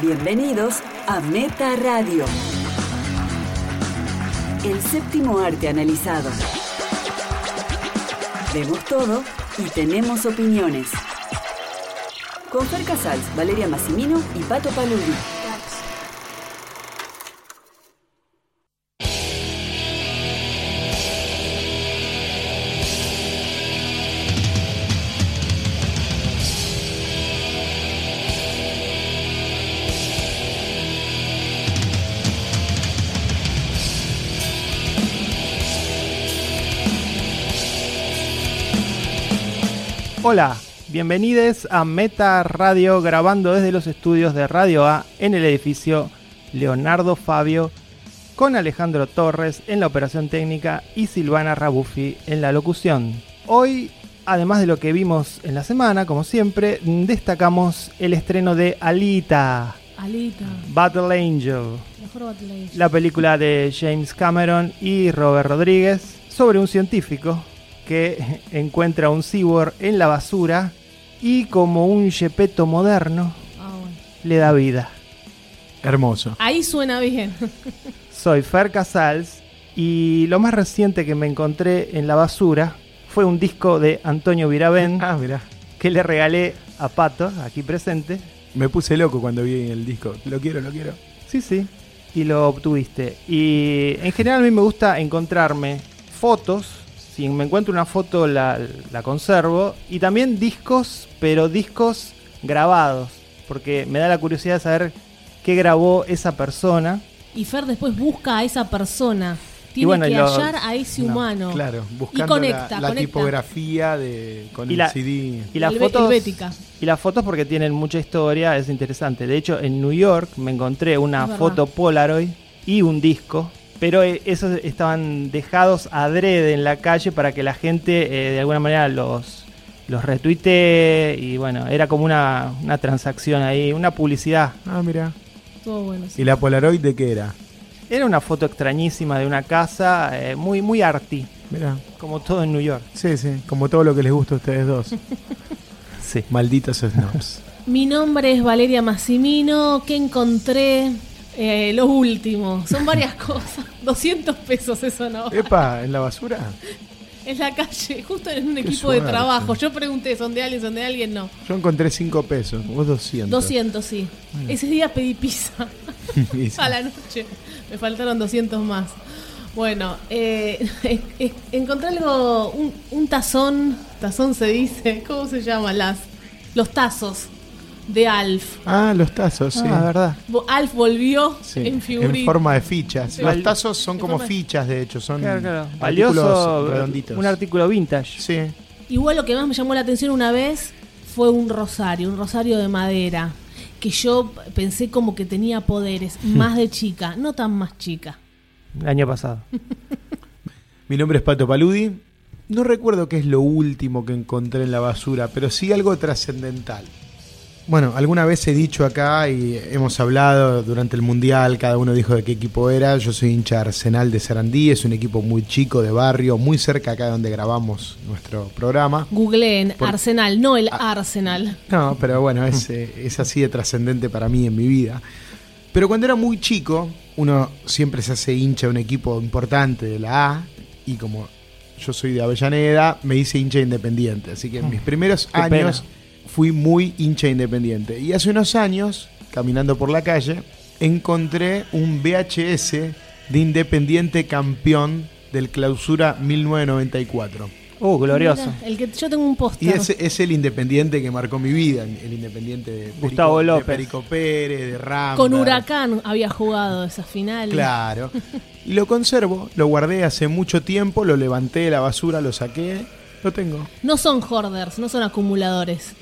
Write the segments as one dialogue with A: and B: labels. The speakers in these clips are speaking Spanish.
A: Bienvenidos a Meta Radio. El séptimo arte analizado. Vemos todo y tenemos opiniones. Con Fer Casals, Valeria Massimino y Pato Paludi.
B: Hola, bienvenidos a Meta Radio grabando desde los estudios de Radio A en el edificio Leonardo Fabio con Alejandro Torres en la operación técnica y Silvana Rabuffi en la locución. Hoy, además de lo que vimos en la semana, como siempre, destacamos el estreno de Alita,
C: Alita,
B: Battle Angel,
C: mejor Battle Angel.
B: la película de James Cameron y Robert Rodríguez sobre un científico que encuentra un cyborg en la basura y como un yepeto moderno
C: Ah, bueno.
B: le da vida.
D: Hermoso.
C: Ahí suena bien.
B: Soy Fer Casals y lo más reciente que me encontré en la basura fue un disco de Antonio Virabén
D: Ah, mirá.
B: que le regalé a Pato, aquí presente.
D: Me puse loco cuando vi el disco. Lo quiero, lo quiero.
B: Sí, sí. Y lo obtuviste. Y en general a mí me gusta encontrarme fotos. Si me encuentro una foto la, la conservo. Y también discos, pero discos grabados. Porque me da la curiosidad de saber qué grabó esa persona.
C: Y Fer después busca a esa persona. Tiene
B: Y bueno,
C: que
B: y los-
C: hallar a ese
B: no,
C: humano.
D: Claro, buscando
C: Ah, Y conecta,
D: la, la
C: conecta.
D: tipografía de, con
B: Y
D: el
B: la-
D: CD.
B: Y las
C: Helve-
B: fotos.
C: helvética.
B: Y las fotos porque tienen mucha historia, es interesante. De hecho, en New York me encontré una
C: Es verdad.
B: foto Polaroid y un disco. Pero eh, esos estaban dejados adrede en la calle para que la gente eh, de alguna manera los, los retuitee. Y bueno, era como una, una transacción ahí, una publicidad.
D: Ah, mira.
C: Todo bueno. sí.
D: ¿Y la Polaroid de qué era?
B: Era una foto extrañísima de una casa, eh, muy, muy arty,
D: Mira.
B: como todo en New York.
D: Sí, sí. Como todo lo que les gusta a ustedes dos.
B: Sí.
D: Malditos snobs.
C: Mi nombre es Valeria Massimino. ¿Qué encontré? Eh, lo último. Son varias cosas. 200 pesos eso no.
B: Eh.
D: Epa, ¿en la basura?
C: En la calle, justo en un equipo de
D: suerte.
C: trabajo. Yo pregunté, ¿son de alguien? ¿Son de alguien? No.
D: Yo encontré 5 pesos. Vos 200.
C: 200, sí. Ese día pedí pizza.
D: Y sí.
C: a la noche. Me faltaron 200 más. Bueno, eh, eh, encontré algo, un, un tazón, tazón se dice, ¿cómo se llama? Las, los tazos de Alf.
D: Ah, los tazos, sí.
B: Ah, verdad.
C: Vo- Alf volvió
D: Sí,
C: en figurita.
D: forma de fichas.
B: Sí.
D: Los tazos son
C: En
D: como
C: forma de-
D: fichas, de hecho. Son
B: Claro, claro.
D: artículos
B: Valioso,
D: redonditos.
B: un artículo vintage.
D: Sí.
C: Igual lo que más me llamó la atención una vez fue un rosario, un rosario de madera, que yo pensé como que tenía poderes,
D: Hmm.
C: más de chica, no tan más chica.
B: El año pasado.
D: Mi nombre es Pato Paludi. No recuerdo qué es lo último que encontré en la basura, pero sí algo trascendental. Bueno, alguna vez he dicho acá y hemos hablado durante el Mundial, cada uno dijo de qué equipo era. Yo soy hincha Arsenal de Sarandí, es un equipo muy chico de barrio, muy cerca acá donde grabamos nuestro programa.
C: Googleen
D: Por- Ah,
C: Arsenal, no el Arsenal.
D: No, pero bueno, es, eh, es así de trascendente para mí en mi vida. Pero cuando era muy chico, uno siempre se hace hincha de un equipo importante de la A, y como yo soy de Avellaneda, me hice hincha de independiente. Así que en mis primeros
B: Qué
D: años fui muy hincha de independiente. Y hace unos años, caminando por la calle, encontré un VHS de Independiente campeón del clausura 1994.
B: Uh, glorioso.
C: Mira, el que yo tengo un
D: Y
C: póster.
D: es, es el independiente que marcó mi vida, el independiente de Perico-
B: Gustavo
D: de
B: López.
D: Perico Pérez, de Rambla.
C: Con Huracán había jugado esa final.
D: Claro. Y lo conservo, lo guardé hace mucho tiempo, lo levanté de la basura, lo saqué, lo tengo.
C: No son hoarders, no son acumuladores.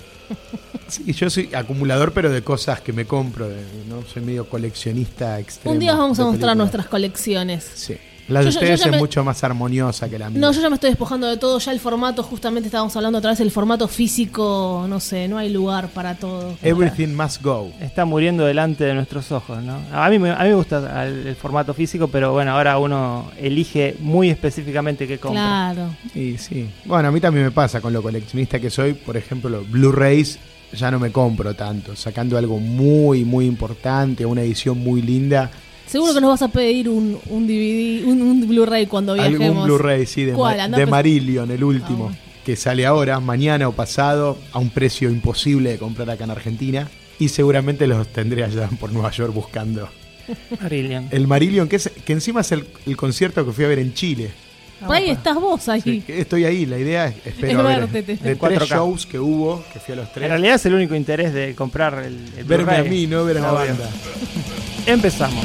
D: Sí, yo soy acumulador, pero de cosas que me compro, de- ¿no? Soy medio coleccionista extremo.
C: Un día os vamos a
D: de
C: mostrar
D: películas.
C: nuestras colecciones.
D: Sí. La de
C: Yo- yo-
D: ustedes
C: yo ya
D: es
C: me-
D: mucho más armoniosa que la mía.
C: No, yo ya me estoy despojando de todo. Ya el formato, justamente estábamos hablando otra vez, el formato físico, no sé, no hay lugar para todo.
D: Everything must go.
B: Está muriendo delante de nuestros ojos, ¿no? A mí me, a mí me gusta el, el formato físico, pero bueno, ahora uno elige muy específicamente qué compra.
C: Claro.
D: Y sí. Bueno, a mí también me pasa con lo coleccionista que soy. Por ejemplo, Blu-rays ya no me compro tanto. Sacando algo muy, muy importante, una edición muy linda.
C: Seguro que nos vas a pedir un, un DVD, un, un Blu-ray cuando viajemos.
D: Algún Blu-ray, sí, de,
C: ¿Cuál?
D: Ma-
C: Andá
D: de
C: pens-
D: Marillion, el último,
C: Ah, bueno.
D: que sale ahora, mañana o pasado, a un precio imposible de comprar acá en Argentina. Y seguramente los tendré allá por Nueva York buscando.
B: Marillion.
D: El Marillion, que, es- que encima es el, el concierto que fui a ver en Chile.
C: Por ahí estás vos ahí.
D: Sí, que Estoy ahí, la idea es, espero,
C: Es
D: a ver,
C: verte, te-
D: de
B: En
D: tres
B: 4K.
D: shows que hubo, que fui a los
B: En
D: tres,
B: realidad es el único interés de comprar el, el
D: verme a
B: Blu-ray.
D: mí, no ver a la
B: Obvio.
D: banda.
B: Empezamos.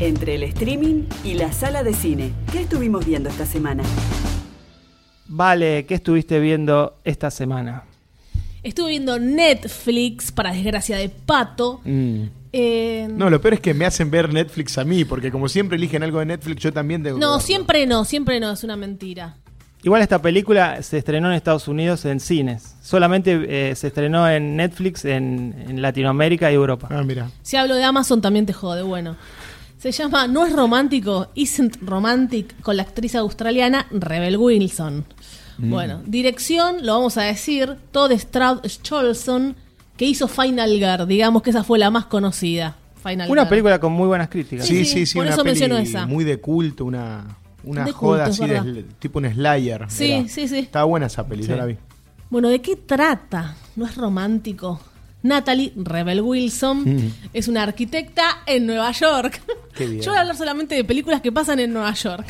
A: Entre el streaming y la sala de cine, ¿qué estuvimos viendo esta semana?
B: Vale, ¿qué estuviste viendo esta semana?
C: Estuve viendo Netflix, para desgracia de Pato.
B: Mm.
C: Eh, no,
D: Mm. No, lo peor es que me hacen ver Netflix a mí, porque como siempre eligen algo de Netflix, yo también tengo que verlo.
C: siempre no, siempre no, es una mentira.
B: Igual esta película se estrenó en Estados Unidos en cines. Solamente eh, se estrenó en Netflix en, en Latinoamérica y Europa.
D: Ah, mira.
C: Si hablo de Amazon también te jode, bueno. Se llama No es romántico, Isn't Romantic, con la actriz australiana Rebel Wilson.
B: Mm.
C: Bueno, dirección, lo vamos a decir, Todd Stroud Scholson, que hizo Final Girl, digamos que esa fue la más conocida. Final
B: Una
C: Girl.
B: película con muy buenas críticas.
C: Sí,
D: Sí, sí,
C: sí,
D: sí,
C: por
D: una
C: eso
D: peli
C: menciono esa.
D: muy de culto, una, una
C: De
D: joda
C: culto, es
D: así, de
C: verdad.
D: sl- tipo un slayer.
C: Sí,
D: era.
C: sí, sí.
D: Estaba buena esa peli, yo la vi.
C: Bueno, ¿de qué trata? No es romántico. Natalie Rebel Wilson es una arquitecta en Nueva York.
D: Mm. Qué bien.
C: Yo voy a hablar solamente de películas que pasan en Nueva York.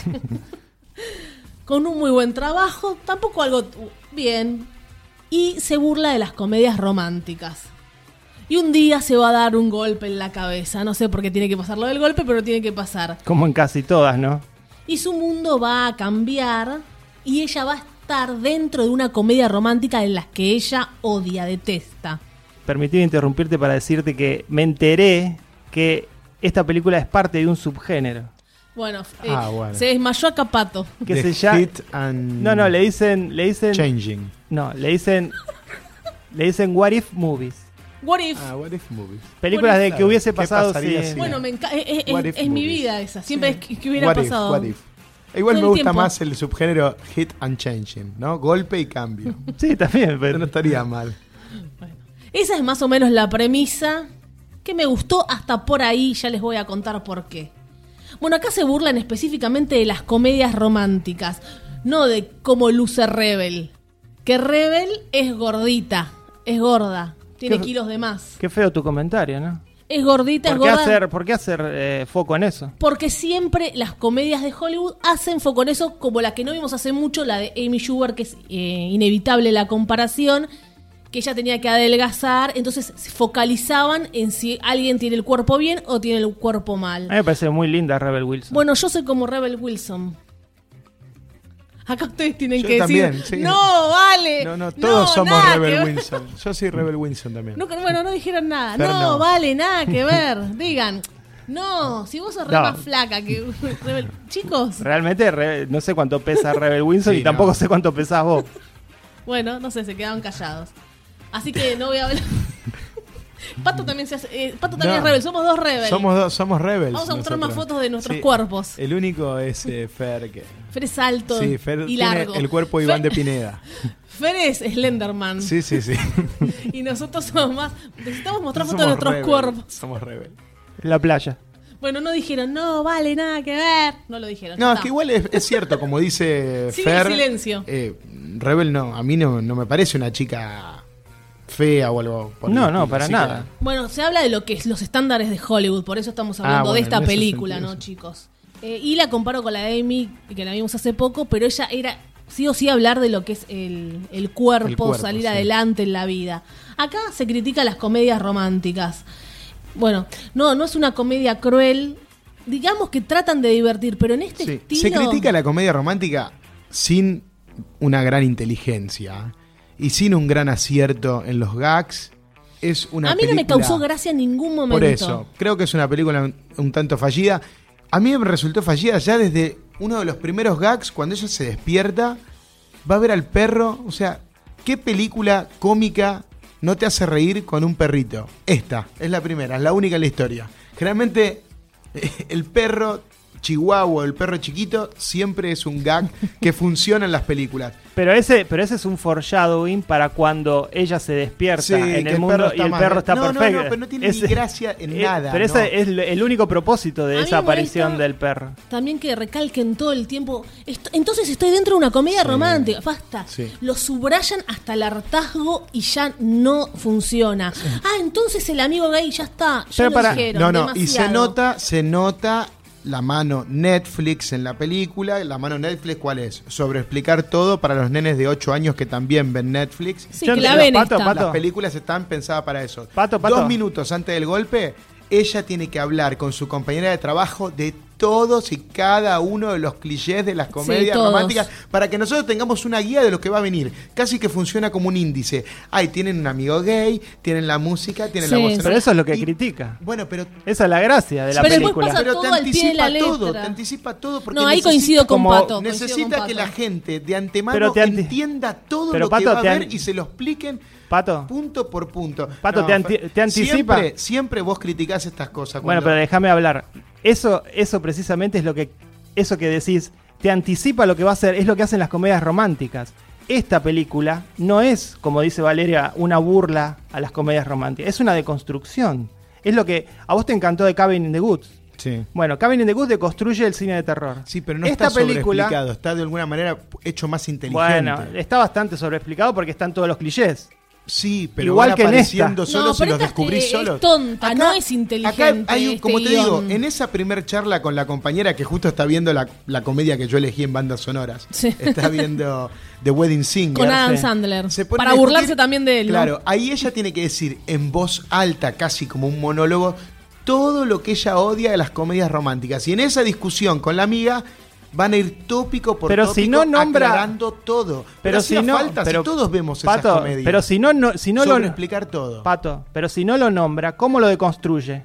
C: Con un muy buen trabajo, tampoco algo t- bien. Y se burla de las comedias románticas. Y un día se va a dar un golpe en la cabeza. No sé por qué tiene que pasar lo del golpe, pero tiene que pasar.
B: Como en casi todas, ¿no?
C: Y su mundo va a cambiar y ella va a estar dentro de una comedia romántica en las que ella odia, detesta.
B: Permití interrumpirte para decirte que me enteré que esta película es parte de un subgénero.
C: Bueno, eh,
D: Ah, bueno.
C: se desmayó a Capato.
B: Que
D: The
B: se llama.
D: Hit and
B: No, no, le dicen. Le dicen.
D: Changing.
B: No, le dicen. le dicen What If Movies.
C: What if?
D: Ah, what if movies.
B: Películas
C: What
B: de
D: if.
B: que hubiese
D: ¿Qué
B: pasado
D: pasaría
B: si.
D: si-
C: bueno, me encanta. Es, es-
D: What if
C: es mi
D: movies.
C: vida esa. Siempre es que, que hubiera
D: What if,
C: pasado.
D: what if. E Igual
C: Todo
D: me
C: el
D: gusta
C: tiempo.
D: más el subgénero Hit and Changing, ¿no? Golpe y cambio.
B: Sí, también. pero-
D: no estaría mal.
C: Esa es más o menos la premisa que me gustó hasta por ahí, ya les voy a contar por qué. Bueno, acá se burlan específicamente de las comedias románticas, no de cómo luce Rebel. Que Rebel es gordita, es gorda, tiene
B: ¿Qué-
C: kilos de más.
B: Qué feo tu comentario, ¿no?
C: Es gordita, es
B: ¿Por qué
C: gorda.
B: hacer, por qué hacer eh, foco en eso?
C: Porque siempre las comedias de Hollywood hacen foco en eso, como la que no vimos hace mucho, la de Amy Schumer, que es eh, inevitable la comparación, que ella tenía que adelgazar, entonces se focalizaban en si alguien tiene el cuerpo bien o tiene el cuerpo mal.
B: A mí me parece muy linda Rebel Wilson.
C: Bueno, yo soy como Rebel Wilson. Acá ustedes tienen
D: Yo
C: que
D: también,
C: decir,
D: sí.
C: no, vale.
D: No, no, todos somos
C: Eh, nada que
D: Rebel
C: ver".
D: Wilson. Yo soy Rebel Wilson también.
C: No, que- bueno, no dijeron nada.
D: Fer,
C: no,
D: no.
C: vale, nada que ver. Digan, no, si vos sos re
B: No.
C: más flaca que Rebel. Chicos,
B: Realmente re- no sé cuánto pesa Rebel Wilson
D: Sí,
B: y tampoco
D: no.
B: sé cuánto pesás vos.
C: Bueno, no sé, se quedaron callados. Así que no voy a hablar. Pato también se hace, eh, Pato también
D: No.
C: es rebel, somos dos rebel.
D: Somos dos, somos rebels.
C: Vamos a mostrar más
D: nosotros.
C: fotos de nuestros
D: Sí.
C: cuerpos.
D: El único es eh, Fer que.
C: Fer es alto
D: Sí, Fer
C: y
D: tiene
C: largo.
D: el cuerpo de Iván
C: Fer,
D: de Pineda.
C: Fer es Slenderman.
D: Sí, sí, sí.
C: Y nosotros somos más. Necesitamos mostrar
D: Somos
C: fotos de nuestros
D: rebel,
C: cuerpos.
D: Somos rebel.
B: En la playa.
C: Bueno, no dijeron, no, vale, nada que ver. No lo dijeron.
D: No,
C: ya
D: es
C: está.
D: que igual es, es cierto, como dice
C: Sigue
D: Fer.
C: el silencio.
D: eh, rebel no, a mí no, no me parece una chica fea o algo. por el
B: No, no,
D: estilo,
B: para
D: así
B: nada.
D: que-
C: Bueno, se habla de lo que es los estándares de Hollywood, por eso estamos
D: Ah,
C: hablando de
D: bueno,
C: esta
D: en ese
C: película,
D: sentido,
C: ¿no,
D: sí.
C: chicos? Eh, y la comparo con la de Amy, que la vimos hace poco, pero ella era sí o sí hablar de lo que es el, el cuerpo,
D: El cuerpo,
C: salir
D: sí.
C: adelante en la vida. Acá se critica las comedias románticas. Bueno, no, no es una comedia cruel. Digamos que tratan de divertir, pero en este
D: Sí.
C: estilo.
D: Se critica la comedia romántica sin una gran inteligencia y sin un gran acierto en los gags. Es una
C: a mí no me
D: película-
C: causó gracia en ningún momento.
D: Por eso, creo que es una película un, un tanto fallida. A mí me resultó fallida ya desde uno de los primeros gags, cuando ella se despierta, va a ver al perro. O sea, ¿qué película cómica no te hace reír con un perrito? Esta, es la primera, es la única en la historia. Generalmente, el perro chihuahua, el perro chiquito, siempre es un gag que funciona en las películas.
B: Pero ese, pero ese es un foreshadowing para cuando ella se despierta
D: Sí,
B: en
D: que
B: el
D: el
B: mundo
D: perro está
B: y el
D: mal.
B: perro está
D: No, no, no,
B: perfecto.
D: pero no tiene ni gracia en
B: eh,
D: nada,
B: Pero
D: no.
B: ese es el- el único propósito
C: A
B: de
C: mí
B: esa
C: me molesta-
B: aparición del perro.
C: También que recalquen todo el tiempo. "Est- Entonces estoy dentro de una comedia romántica. Basta.
D: Sí.
C: Lo subrayan hasta el hartazgo y ya no funciona. Ah, entonces el amigo gay ya está. Ya
B: Pero
C: lo
B: para-
C: dijeron,
D: No, no, y se
C: demasiado.
D: nota, se nota la mano Netflix en la película. La mano Netflix, ¿cuál es? Sobre explicar todo para los nenes de 8 años que también ven Netflix.
C: Sí,
B: Yo
C: que la
B: entiendo,
C: ven
B: Pato,
C: esta.
B: Pato.
D: Las películas están pensadas para eso.
B: Pato, Pato.
D: Dos minutos antes del golpe, ella tiene que hablar con su compañera de trabajo de todos y cada uno de los clichés de las comedias
C: todos.
D: románticas para que nosotros tengamos una guía de lo que va a venir. Casi que funciona como un índice. Ay, tienen un amigo gay, tienen la música, tienen la
C: Sí,
D: voz. en
C: sí.
D: off.
B: Pero eso es lo que
D: Y-
B: critica.
D: Bueno, pero
B: Esa es la gracia de la
C: Pero después
B: película.
C: pasa
D: pero
C: todo
D: te
C: al pie de la
D: anticipa todo,
C: letra.
D: te anticipa todo. Porque
C: No, ahí
D: necesita-
C: coincido con
B: como-
C: Pato. coincido
D: Necesita
C: con
D: que la
C: Pato.
D: gente de antemano
B: Pero te anti-
D: entienda todo
B: Pero,
D: lo que
B: Pato,
D: va a
B: te
D: ver
B: an-
D: y se lo expliquen
B: Pato.
D: punto por punto.
B: Pato, te anti-
D: Fer-
B: te anticipa.
D: Siempre, siempre vos criticás estas cosas.
B: Bueno,
D: cuando-
B: pero déjame hablar. Eso, eso precisamente es lo que, eso que decís, te anticipa lo que va a ser, es lo que hacen las comedias románticas. Esta película no es, como dice Valeria, una burla a las comedias románticas, es una deconstrucción. Es lo que a vos te encantó de Cabin in the Woods.
D: Sí.
B: Bueno, Cabin in the Woods deconstruye el cine de terror.
D: Sí, pero no
B: Esta
D: está
B: película,
D: sobreexplicado, está de alguna manera hecho más inteligente.
B: bueno, eh, está bastante sobreexplicado porque están todos los clichés.
D: Sí, pero
B: Igual
D: van
B: que en esta.
D: apareciendo solos
C: No,
D: y
C: pero
D: los
C: esta
D: descubrís
C: es- este,
D: solos.
C: es tonta, no es inteligente
D: acá hay un-
C: este
D: como te digo,
C: guión.
D: en esa primer charla con la compañera que justo está viendo la, la comedia que yo elegí en bandas sonoras,
C: Sí.
D: está viendo The Wedding Singer.
C: Con Adam
B: Sí.
C: Sandler.
D: Se ponen
C: Para
D: a discutir.
C: burlarse también de él. ¿no?
D: Claro, ahí ella tiene que decir en voz alta, casi como un monólogo, todo lo que ella odia de las comedias románticas. Y en esa discusión con la amiga van a ir tópico por
B: Pero
D: tópico
B: si no nombra-
D: aclarando todo.
B: Pero si
D: hacía
B: no,
D: falta,
B: pero-
D: si todos vemos esas
B: Pato,
D: comedias.
B: Pero si no, no si no
D: Sobre
B: lo
D: explicar todo.
B: Pato, pero si no lo nombra, ¿cómo lo deconstruye?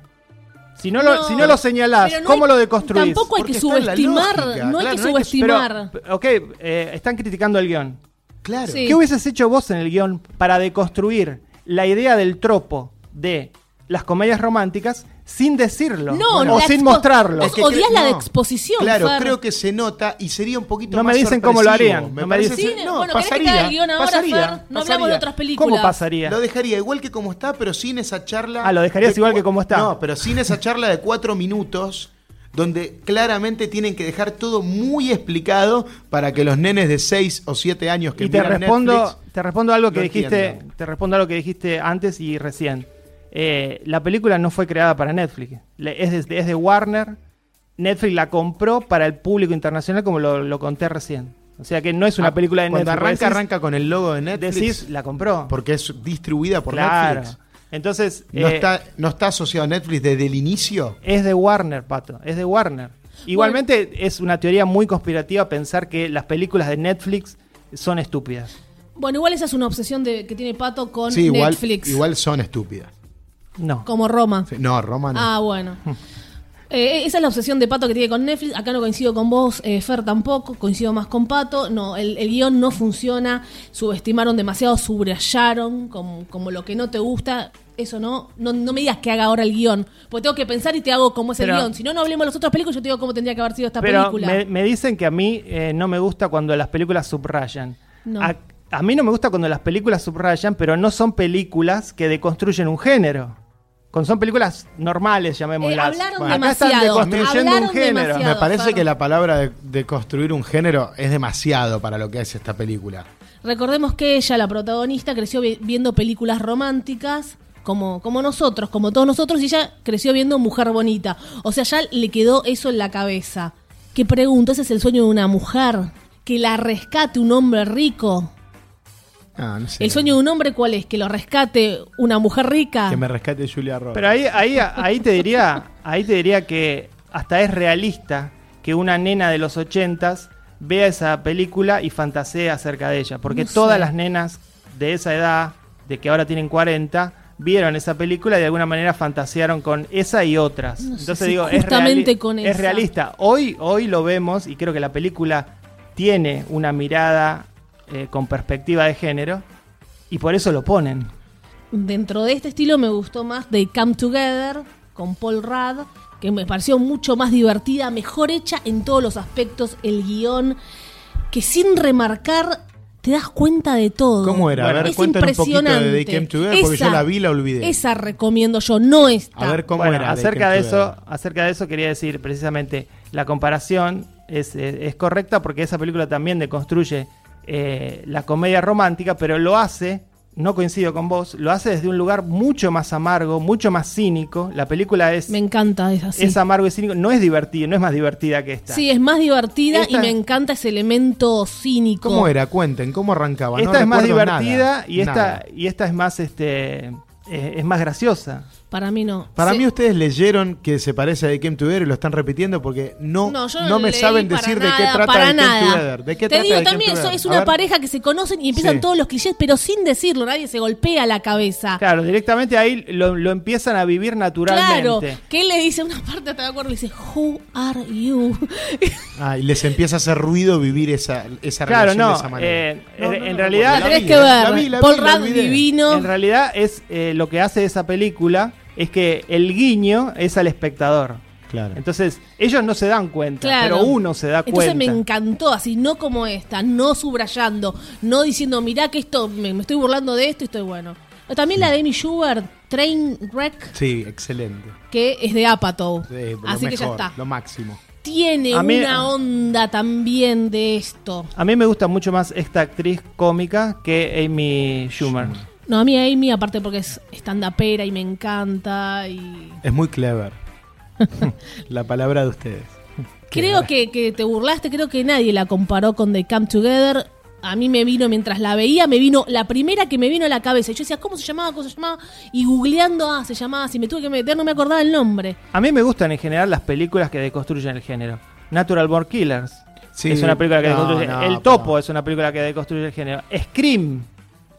B: Si no, lo, si no lo señalás,
C: pero no
B: ¿cómo
C: hay-
B: lo deconstruís?
C: Tampoco hay
D: Porque
C: que
D: está en la
C: subestimar.
D: lógica,
C: no hay que
D: claro, no hay que-
B: Pero,
C: subestimar.
B: ok, eh, están criticando el guión.
D: Claro.
C: Sí.
B: ¿Qué hubieses hecho vos en el guión para deconstruir la idea del tropo de las comedias románticas sin decirlo?
C: No,
B: o
C: la
B: sin
C: expo-
B: mostrarlo.
C: Es que- odias la de exposición,
D: Claro,
C: Fer.
D: creo que se nota y sería un poquito
B: No me
D: más
B: dicen cómo lo
D: sorpresivo.
B: harían,
D: Me
B: no me
D: parece-
B: dicen.
C: Sí,
D: no,
C: bueno, ¿querés
D: pasaría,
C: que haga el guión ahora,
D: pasaría,
C: Fer? No hablamos de
D: pasaría.
C: otras películas.
B: ¿Cómo pasaría?
D: Lo dejaría igual que como está, pero sin esa charla.
B: Ah, lo dejarías
D: de
B: igual
D: cua-
B: que como está.
D: No, pero sin esa charla de cuatro minutos, donde claramente tienen que dejar todo muy explicado para que los nenes de seis o siete años que
B: y te
D: miran
B: respondo,
D: Netflix-
B: te respondo algo que
D: lo
B: dijiste,
D: entiendan.
B: te respondo algo que dijiste antes y recién. Eh, la película no fue creada para Netflix, Le- es de, es de Warner. Netflix la compró para el público internacional, como lo, lo conté recién. O sea que no es una
D: Ah,
B: película de
D: Cuando
B: Netflix.
D: arranca,
B: decís-
D: arranca con el logo de Netflix.
B: Decís, la compró.
D: Porque es distribuida por
B: claro.
D: Netflix.
B: Entonces,
D: No,
B: eh,
D: está, no está asociado a Netflix desde el inicio.
B: es de Warner, pato, es de Warner. Igualmente, es una teoría muy conspirativa pensar que las películas de Netflix son estúpidas.
C: Bueno, igual esa es una obsesión de, que tiene Pato con
D: Sí, igual,
C: Netflix.
D: igual son estúpidas.
B: No.
C: Como Roma.
D: Sí, No, Roma no.
C: Ah, bueno. Eh, esa es la obsesión de Pato que tiene con Netflix. Acá no coincido con vos, eh, Fer tampoco. Coincido más con Pato. No, el, el guión no funciona. Subestimaron demasiado, subrayaron como, como lo que no te gusta. Eso no, no, no me digas que haga ahora el guión. Porque tengo que pensar y te hago cómo es
B: Pero-
C: el guión. Si no, no hablemos de las otras películas. Yo te digo cómo tendría que haber sido esta
B: Pero
C: película.
B: Me, me dicen que a mí eh, no me gusta cuando las películas subrayan.
C: No.
B: A, a mí no me gusta cuando las películas subrayan, pero no son películas que deconstruyen un género. Con, son películas normales, llamémoslas.
C: Eh, hablaron
B: acá están
C: demasiado,
B: deconstruyendo
C: hablaron
B: un género.
C: demasiado.
D: Me parece
C: Fer.
D: que la palabra de, de construir un género es demasiado para lo que es esta película.
C: Recordemos que ella, la protagonista, creció vi- viendo películas románticas. Como, como nosotros, como todos nosotros, y ella creció viendo Mujer Bonita. O sea, ya le quedó eso en la cabeza. Que pregunto, ese es el sueño de una mujer. Que la rescate un hombre rico.
D: Ah, no sé.
C: ¿El sueño de un hombre cuál es? Que lo rescate una mujer rica.
D: Que me rescate Julia Roberts.
B: Pero ahí, ahí, ahí te diría, ahí te diría que hasta es realista que una nena de los ochentas vea esa película y fantasee acerca de ella. Porque
C: No sé.
B: todas las nenas de esa edad, de que ahora tienen 40, vieron esa película y de alguna manera fantasearon con esa y otras.
C: No sé
B: Entonces
C: si
B: digo, es,
C: justamente
B: reali-
C: con
B: es
C: esa.
B: realista. Hoy, hoy lo vemos y creo que la película tiene una mirada eh, con perspectiva de género y por eso lo ponen.
C: Dentro de este estilo me gustó más The Come Together con Paul Rudd, que me pareció mucho más divertida, mejor hecha en todos los aspectos, el guión, que sin remarcar te das cuenta de todo.
D: ¿Cómo era?
B: Bueno,
D: a ver,
C: es
D: cuéntame un poquito de
C: impresionante.
D: They Came Together, porque
C: Esa-
D: yo la vi y la olvidé.
C: Esa recomiendo yo, no esta.
D: A ver cómo
B: Bueno,
D: era. They
B: acerca
D: Came
B: de
D: Together.
B: eso, acerca de eso quería decir precisamente la comparación es, eh, es correcta porque esa película también deconstruye eh, la comedia romántica, pero lo hace, no coincido con vos, lo hace desde un lugar mucho más amargo, mucho más cínico. La película es,
C: me encanta esa. Sí.
B: es amargo y cínico, no es divertida, no es más divertida que esta.
C: Sí, es más divertida
B: Esta-
C: y me encanta ese elemento cínico.
D: ¿Cómo era? Cuenten, ¿cómo arrancaba? No
B: esta es más
D: recuerdo nada,
B: divertida y esta
D: nada.
B: y esta es más este eh, es más graciosa.
C: Para mí no.
D: Para
C: Se-
D: mí ustedes leyeron que se parece a The Came Together y lo están repitiendo porque no,
C: No,
D: no,
C: yo no,
D: me
C: leí
D: saben
C: para
D: decir
C: nada,
D: de qué trata
C: para
D: The Came
C: nada.
D: Together. ¿De qué
C: Te
D: trata
C: digo
D: The Came
C: también,
D: Together?
C: so- es
D: A
C: una
D: ver,
C: pareja que se conocen y empiezan
D: Sí.
C: todos los clichés, pero sin decirlo, nadie se golpea la cabeza.
B: Claro, directamente ahí lo, lo empiezan a vivir
C: Claro,
B: naturalmente.
C: que él le dice una parte, hasta de acuerdo, le dice, Who are you?
D: Ah, y les empieza a hacer ruido vivir esa, esa
B: Claro,
D: relación de
B: no.
D: esa manera.
B: eh,
D: No,
B: en
D: no, no,
B: realidad,
D: La
C: Tenés
D: vi, eh,
C: que
D: la
C: ver.
D: vi, la vi,
C: Paul
D: la
C: Rudd
D: olvidé.
C: divino.
B: en realidad es eh, lo que hace esa película es que el guiño es al espectador.
D: Claro.
B: Entonces, ellos no se dan cuenta,
C: Claro.
B: pero uno se da cuenta.
C: Entonces me encantó, así, no como esta, no subrayando, no diciendo, mirá que esto, me, me estoy burlando de esto y estoy bueno. También la de Amy Schubert, Train Wreck,
D: Sí, excelente.
C: que es de Apatow.
D: Eh, lo
C: así que ya
D: mejor,
C: está.
D: Lo máximo.
C: Tiene
B: A mí-
C: una onda también de esto.
B: A mí me gusta mucho más esta actriz cómica que Amy Schumer.
C: No, a mí Amy, aparte porque es stand-upera y me encanta y...
D: Es muy clever. la palabra de ustedes.
C: Creo que, que te burlaste, creo que nadie la comparó con The Come Together. A mí me vino, mientras la veía, me vino la primera que me vino a la cabeza. Y Yo decía, ¿cómo se llamaba? ¿Cómo se llamaba? Y googleando, ah, se llamaba así. Me tuve que meter, no me acordaba el nombre.
B: A mí me gustan en general las películas que deconstruyen el género. Natural Born Killers
D: Sí,
B: es una película que
D: no,
B: deconstruye.
D: no,
B: el
D: pero-
B: Topo es una película que deconstruye el género. Scream.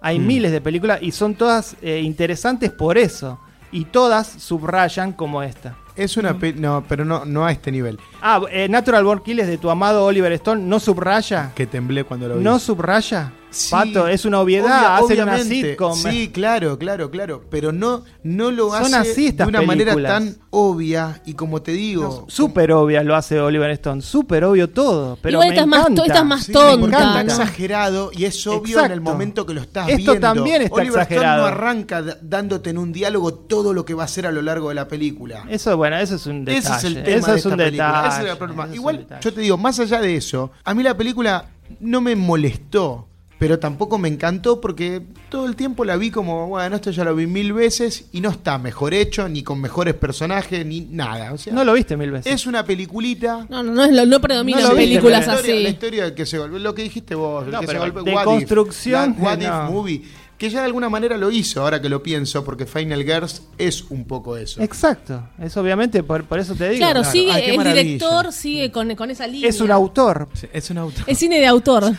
B: Hay
D: Mm.
B: miles de películas y son todas eh, interesantes por eso. Y todas subrayan como esta.
D: Es una pe- no, pero no, no a este nivel.
B: Ah, eh, Natural Born Killers de tu amado Oliver Stone no subraya.
D: Que temblé cuando lo vi.
B: No subraya.
D: Sí,
B: Pato, es una obviedad.
D: obvia-
B: Hacen una
D: obviamente.
B: sitcom.
D: Sí, claro, claro, claro. Pero no, no lo
B: Son
D: hace
B: así
D: de
B: estas
D: una manera
B: películas.
D: tan obvia y como te digo.
B: Súper obvia lo hace Oliver Stone. Súper obvio todo. Pero
C: Igual
B: me
C: esta es más to-
B: encanta.
C: esta es más
D: Sí,
C: tonta.
D: porque está
B: Me encanta.
D: exagerado y es obvio en el
B: Exacto.
D: momento que lo estás
B: Esto
D: viendo.
B: también está
D: Oliver
B: exagerado.
D: Stone no arranca d- dándote en un diálogo todo lo que va a hacer a lo largo de la película.
B: Eso, bueno, eso es un detalle.
D: Ese es el tema
B: Eso
D: de
B: es un
D: esta película.
B: detalle.
D: Ese es el problema.
B: Eso es un
D: Igual,
B: detalle.
D: yo te digo, más allá de eso, a mí la película no me molestó, pero tampoco me encantó porque todo el tiempo la vi como, bueno, esto ya lo vi mil veces y no está mejor hecho, ni con mejores personajes, ni nada. O sea,
B: No lo viste mil veces.
D: es una peliculita.
C: No, no, no, es lo- no predominan
B: No lo viste,
C: películas
D: la historia, La
C: así.
D: historia del que se golpeó, lo que dijiste vos, el
B: No,
D: que se
B: pero
D: golpeó,
B: de
D: What If,
B: construcción,
D: la What
B: no.
D: If Movie, que ya de alguna manera lo hizo, ahora que lo pienso, porque Final Girls es un poco eso.
B: Exacto. Es obviamente, por, por eso te digo.
C: claro,
D: claro.
C: sigue,
D: Ay, qué
C: el
D: maravilla.
C: director sigue con, con esa línea.
B: Es un autor.
D: Es un auto.
C: Es cine de autor.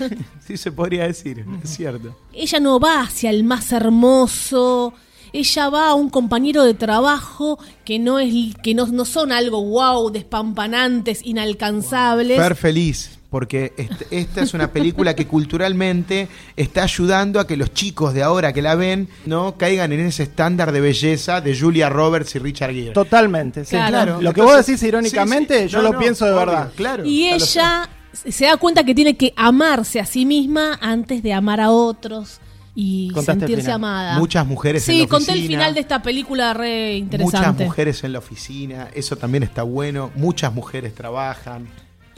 D: Sí, se podría decir, es cierto.
C: ella no va hacia el más hermoso. Ella va a un compañero de trabajo que no es que no, no son algo wow, despampanantes, inalcanzables.
D: Fer feliz, porque est- esta es una película que culturalmente está ayudando a que los chicos de ahora que la ven no caigan en ese estándar de belleza de Julia Roberts y Richard Gere.
B: Totalmente. sí.
C: Claro. Claro.
B: Lo que
D: Entonces-
B: vos decís irónicamente,
D: sí, sí.
B: yo
D: No,
B: lo
D: no,
B: pienso de
D: obvio,
B: verdad.
D: Claro.
C: Y
D: Ya lo sé.
C: ella se da cuenta que tiene que amarse a sí misma antes de amar a otros y
B: Contaste el
C: sentirse
B: final.
C: amada.
D: Muchas mujeres en
C: Sí,
D: la
C: conté el
D: oficina.
C: final de esta película re interesante.
D: Muchas mujeres en la oficina, eso también está bueno. Muchas mujeres trabajan.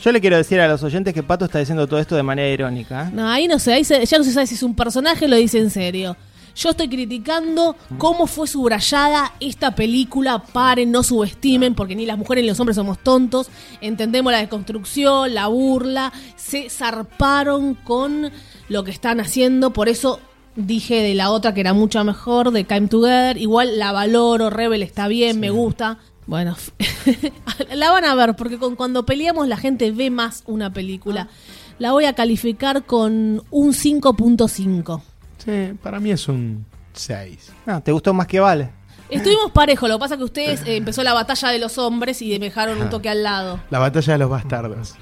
B: Yo le quiero decir a los oyentes que Pato está diciendo todo esto de manera irónica. ¿eh?
C: No, ahí no sé, ahí se- ya no se sabe si es un personaje lo dice en serio. Yo estoy criticando cómo fue subrayada esta película. Paren, no subestimen, porque ni las mujeres ni los hombres somos tontos. Entendemos la desconstrucción, la burla. Se zarparon con lo que están haciendo. Por eso dije de la otra que era mucho mejor, de Come Together. Igual la valoro, Rebel está bien, me gusta. Bueno, la van a ver, porque con, cuando peleamos la gente ve más una película.
B: Ah.
C: La voy a calificar con un 5.5.
D: Sí, para mí es un 6.
B: Ah, ¿Te gustó más que vale?
C: Estuvimos parejo, lo que pasa que ustedes eh, empezó la batalla de los hombres y me dejaron
B: Ah.
C: un
D: Ajá.
C: toque al lado.
D: La batalla de los bastardos.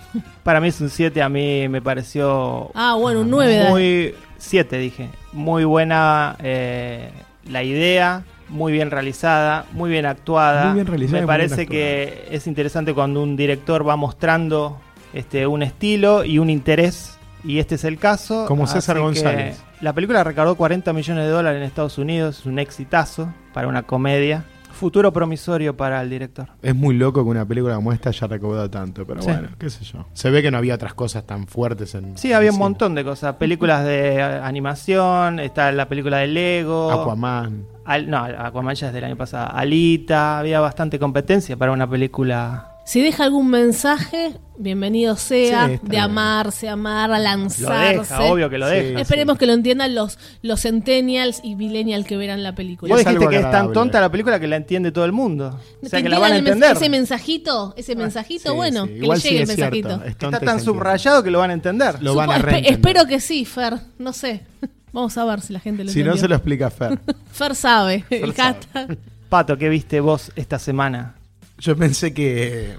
B: Para mí es un 7, a mí me pareció
C: Ah, bueno, un 9.
B: muy 7, dije. Muy buena eh, la idea, muy bien realizada, muy bien actuada.
D: Muy bien realizada y
B: Me
D: muy bien
B: parece que es interesante cuando un director va mostrando este, un estilo y un interés. Y este es el caso.
D: Como César
B: que
D: González.
B: La película recaudó 40 millones de dólares en Estados Unidos, es un exitazo para una comedia. Futuro promisorio para el director.
D: Es muy loco que una película como esta haya recaudado tanto, pero
B: Sí.
D: bueno, qué sé yo. Se ve que no había otras cosas tan fuertes en.
B: Sí, había
D: en
B: un
D: cine.
B: montón de cosas. Películas de eh, animación, está la película de Lego.
D: Aquaman.
B: Al- no, Aquaman ya es del año pasado. Alita, había bastante competencia para una película.
C: Si deja algún mensaje, bienvenido sea,
D: Sí, está
C: de
D: bien.
C: amarse, amar, a
B: Lo
C: lanzarse.
B: deja, obvio que lo
D: Sí.
B: deja.
C: Esperemos
D: sí.
C: que lo entiendan los, los centennials y millennials que verán la película.
B: Vos
D: es
B: dijiste
D: algo
B: que es tan
D: agradable.
B: tonta la película que la entiende todo el mundo. O sea,
C: ¿Te
B: que la van a
C: entiendan el
B: entender. Ah,
C: mens- Ese mensajito, ese mensajito,
D: Sí,
C: bueno,
D: sí.
C: que
D: Igual
C: le
D: sí
C: llegue el
D: es cierto,
C: mensajito.
D: es tonta
B: Está tan
D: y se entiende.
B: subrayado que lo van a entender.
D: Lo van a
C: Supo- espe-
D: reentender.
C: espero que sí, Fer, no sé. Vamos a ver si la gente lo
D: Si no
C: entendió.
D: se lo explica Fer.
C: Fer sabe, el
D: sabe.
C: hashtag.
B: Pato, ¿qué viste vos esta semana?
D: Yo pensé que,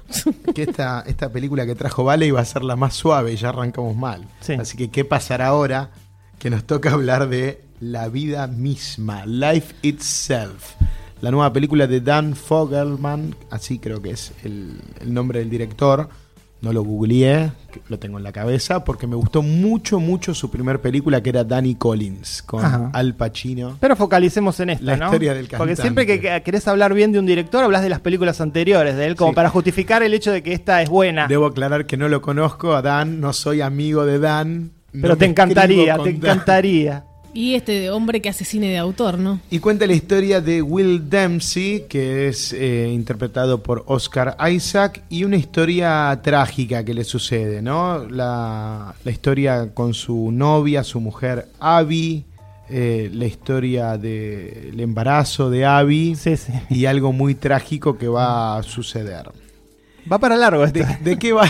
D: que esta, esta película que trajo Vale iba a ser la más suave y ya arrancamos mal.
B: Sí.
D: Así que, ¿qué pasará ahora? Que nos toca hablar de la vida misma, Life Itself. La nueva película de Dan Fogelman, así creo que es el, el nombre del director. No lo googleé, que lo tengo en la cabeza, porque me gustó mucho, mucho su primer película, que era Danny Collins, con
B: Ajá.
D: Al Pacino.
B: Pero focalicemos en esta,
D: La
B: ¿no?
D: historia del
B: Porque siempre que
D: cantante.
B: que querés hablar bien de un director, hablas de las películas anteriores de él, como
D: Sí.
B: para justificar el hecho de que esta es buena.
D: Debo aclarar que no lo conozco a Dan, no soy amigo de Dan. no
B: pero te
D: me
B: encantaría,
D: escribo
B: te
D: con Dan.
B: encantaría.
C: Y este hombre que hace cine de autor, ¿no?
D: Y cuenta la historia de Will Dempsey, que es eh, interpretado por Oscar Isaac, y una historia trágica que le sucede, ¿no? La, la historia con su novia, su mujer Abby, eh, la historia del embarazo de Abby,
B: Sí, sí.
D: y algo muy trágico que va a suceder.
B: Va para largo esto.
D: ¿De, de qué va?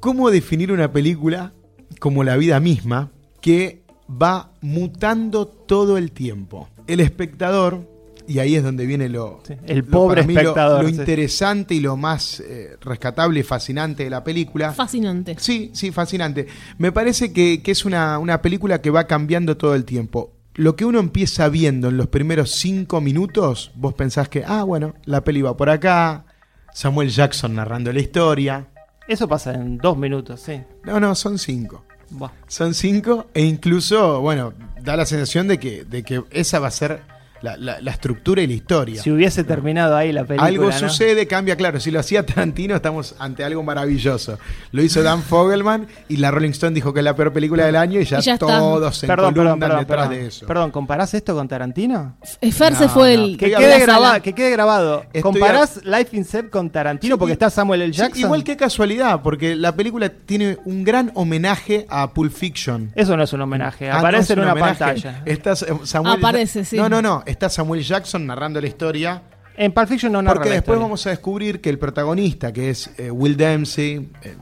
D: ¿Cómo definir una película como la vida misma que va mutando todo el tiempo? El espectador, y ahí es donde viene lo.
B: Sí, el
D: lo-
B: pobre
D: para mí lo-
B: espectador,
D: Lo,
B: sí.
D: interesante y lo más eh, rescatable y fascinante de la película.
C: Fascinante.
D: Sí, sí, fascinante. Me parece que, que es una, una película que va cambiando todo el tiempo. Lo que uno empieza viendo en los primeros cinco minutos, vos pensás que, ah, bueno, la peli va por acá, Samuel Jackson narrando la historia.
B: Eso pasa en dos minutos, sí.
D: No, no, son cinco.
B: Buah.
D: Son cinco e incluso, bueno, da la sensación de que, de que esa va a ser la, la- la estructura y la historia.
B: Si hubiese terminado ahí la película.
D: Algo
B: ¿no?
D: sucede, cambia, claro. Si lo hacía Tarantino, estamos ante algo maravilloso. Lo hizo Dan Fogelman y la Rolling Stone dijo que es la peor película del año y ya,
C: Y ya está.
D: todos se
B: Perdón, perdón,
D: encolumnan
B: perdón,
D: detrás
B: perdón.
D: de eso.
B: Perdón, ¿comparás esto con Tarantino?
C: Eh, Fer se
D: No,
C: fue
D: no,
C: el.
B: Que
D: Estoy
B: quede,
C: la
B: grabado,
C: sala.
B: que quede grabado.
D: Estoy
B: ¿Comparás Life in Set con Tarantino
D: Sí,
B: porque
D: y-
B: está Samuel L.
D: Sí,
B: Jackson?
D: igual qué casualidad, porque la película tiene un gran homenaje a Pulp Fiction.
B: Eso no es un homenaje,
D: Ah, no,
B: aparece
D: es un
B: en una
D: homenaje.
B: pantalla.
D: Está eh, Samuel
C: Aparece, sí.
D: No, no, no. Está Samuel Jackson narrando la historia.
B: En Pulp Fiction no narra
D: Porque
B: la
D: después
B: historia.
D: vamos a descubrir que el protagonista, que es eh, Will Dempsey, eh,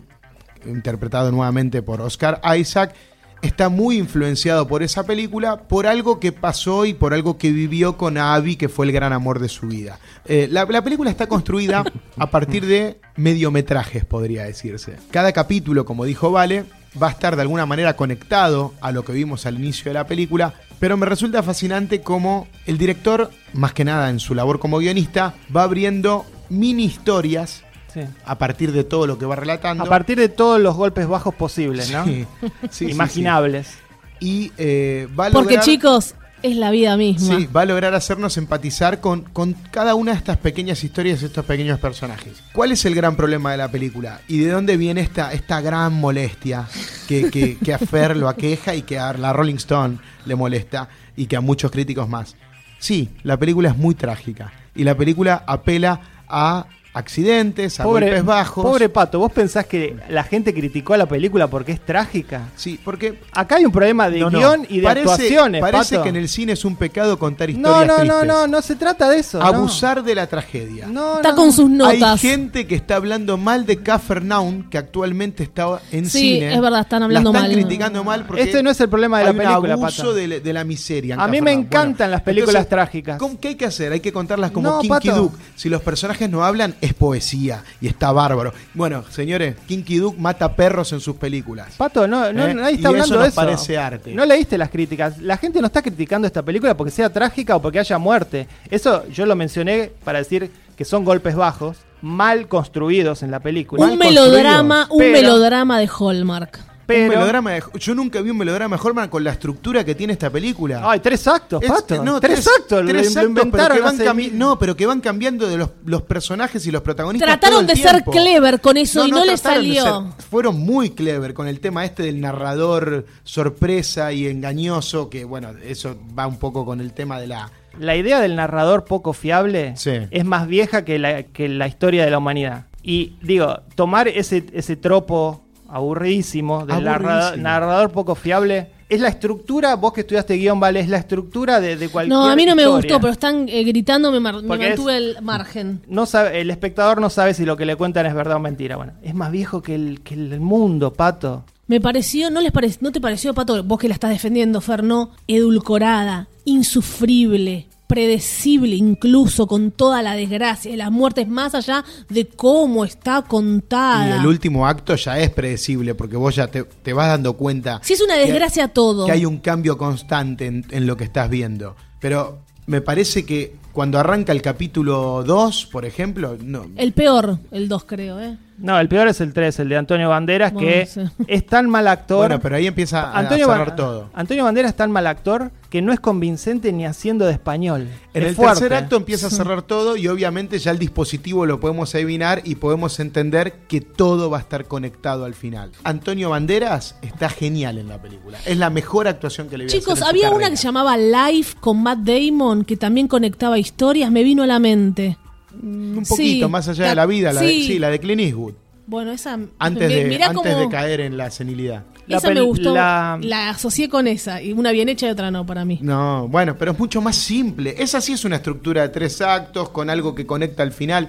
D: interpretado nuevamente por Oscar Isaac, está muy influenciado por esa película, por algo que pasó y por algo que vivió con Abby, que fue el gran amor de su vida. Eh, la, la película está construida a partir de mediometrajes, podría decirse. Cada capítulo, como dijo Vale, va a estar de alguna manera conectado a lo que vimos al inicio de la película, pero me resulta fascinante cómo el director, más que nada en su labor como guionista, va abriendo mini historias
B: Sí.
D: a partir de todo lo que va relatando.
B: A partir de todos los golpes bajos posibles, ¿no?
D: Sí, sí, sí,
B: Imaginables.
D: sí. Y eh, va a
C: Porque
D: lograr-
C: chicos, es la vida misma.
D: Sí, va a lograr hacernos empatizar con, con cada una de estas pequeñas historias, estos pequeños personajes. ¿Cuál es el gran problema de la película? ¿Y de dónde viene esta, esta gran molestia que, que- que a Fer lo aqueja y que a la Rolling Stone le molesta y que a muchos críticos más? Sí, la película es muy trágica y la película apela a accidentes, a golpes bajos.
B: pobre Pato, ¿vos pensás que la gente criticó a la película porque es trágica?
D: Sí, porque
B: Acá hay un problema de
D: No, no.
B: guión y de
D: parece,
B: actuaciones,
D: Parece
B: Pato.
D: que en el cine es un pecado contar
B: no,
D: historias
B: no, no,
D: tristes.
B: no, no se trata de eso. no.
D: Abusar de la tragedia.
B: No,
C: Está
B: no.
C: con sus
D: Hay
C: notas.
D: gente que está hablando mal de Cafernaum, que actualmente está en
C: Sí,
D: cine.
C: es verdad, están hablando
D: la están
C: mal.
D: criticando mal porque
B: Este no es el problema de
D: hay
B: la
D: un
B: película,
D: abuso
B: Pato.
D: de, la- de la miseria. en
B: A mí me
D: Cafarnaum. Bueno,
B: encantan las películas
D: entonces,
B: trágicas.
D: ¿cómo- ¿Qué hay que hacer? Hay que contarlas como
B: No,
D: Kinky
B: Pato.
D: Duke. Si los personajes no hablan, es poesía y está bárbaro. Bueno, señores, Kinky Duke mata perros en sus películas.
B: Pato, no, no,
D: ¿Eh?
B: nadie está
D: Y eso
B: hablando
D: nos
B: de eso.
D: parece arte.
B: No leíste las críticas. La gente no está criticando esta película porque sea trágica o porque haya muerte. Eso yo lo mencioné para decir que son golpes bajos, mal construidos en la película.
C: Un
D: mal
C: melodrama, un
B: construido, pero-
C: melodrama de Hallmark.
D: Un
B: pero
D: melodrama de- yo nunca vi un melodrama de Hallmark con la estructura que tiene esta película.
B: Ay, tres actos,
D: Es-
B: Pato.
D: no,
B: tres, actos, lo-
D: tres
B: lo,
D: actos,
B: inventaron.
D: Pero que van
B: hace
D: cambi-
B: mil-
D: No, pero que van cambiando de los, los personajes y los protagonistas.
C: Trataron
D: todo el
C: de ser
D: tiempo.
C: clever con eso y no les
D: trataron de
C: salió.
D: ser- fueron muy clever con el tema este del narrador sorpresa y engañoso, que bueno, eso va un poco con el tema de la.
B: La idea del narrador poco fiable
D: Sí.
B: es más vieja que la, que la historia de la humanidad. Y digo, tomar ese, ese tropo aburridísimo del narra- narrador,
D: Aburridísimo.
B: poco fiable es la estructura, vos que estudiaste guión, vale, es la estructura de, de cualquier.
C: No, a mí no me
B: historia.
C: gustó, pero están eh, gritando, me, mar- me
B: Porque
C: mantuve
B: es-
C: el margen.
B: No sabe, el espectador no sabe si lo que le cuentan es verdad o mentira. Bueno, es más viejo que el, que el mundo, pato.
C: Me pareció, no les parec- no te pareció, Pato, vos que la estás defendiendo, Ferno, edulcorada, insufrible, predecible incluso con toda la desgracia y las muertes más allá de cómo está
D: Y
C: contada.
D: el último acto ya es predecible, porque vos ya te, te vas dando cuenta.
C: Si es una
D: que-
C: desgracia todo.
D: que hay un cambio constante en, en lo que estás viendo. Pero me parece que cuando arranca el capítulo 2, por ejemplo, no.
C: El peor, el 2 creo, ¿eh?
B: No, el peor es el 3, el de Antonio Banderas,
C: Bueno,
B: que
C: sí.
B: es tan mal actor.
D: Bueno, pero ahí empieza a, a
B: Antonio,
D: cerrar
B: Ban-
D: todo.
B: Antonio Banderas es tan mal actor que no es convincente ni haciendo de español.
D: En
B: Es
D: el
B: fuerte.
D: tercer acto empieza a cerrar todo y obviamente ya el dispositivo lo podemos adivinar y podemos entender que todo va a estar conectado al final. Antonio Banderas está genial en la película. Es la mejor actuación que le vi.
C: Chicos, había una que se llamaba Life con Matt Damon que también conectaba historias, me vino a la mente.
D: Mm, un
C: Sí,
D: poquito más allá
C: ta-
D: de la vida, la de,
C: sí.
D: sí, la de Clint Eastwood.
C: Bueno, esa
D: Antes de,
C: mirá
D: antes
C: cómo-
D: de caer en la senilidad.
B: La
C: esa me
B: pel-
C: gustó,
B: la-
C: la... asocié con esa y una bien hecha y otra no para mí.
D: No, bueno, pero es mucho más simple. Esa sí es una estructura de tres actos con algo que conecta al final.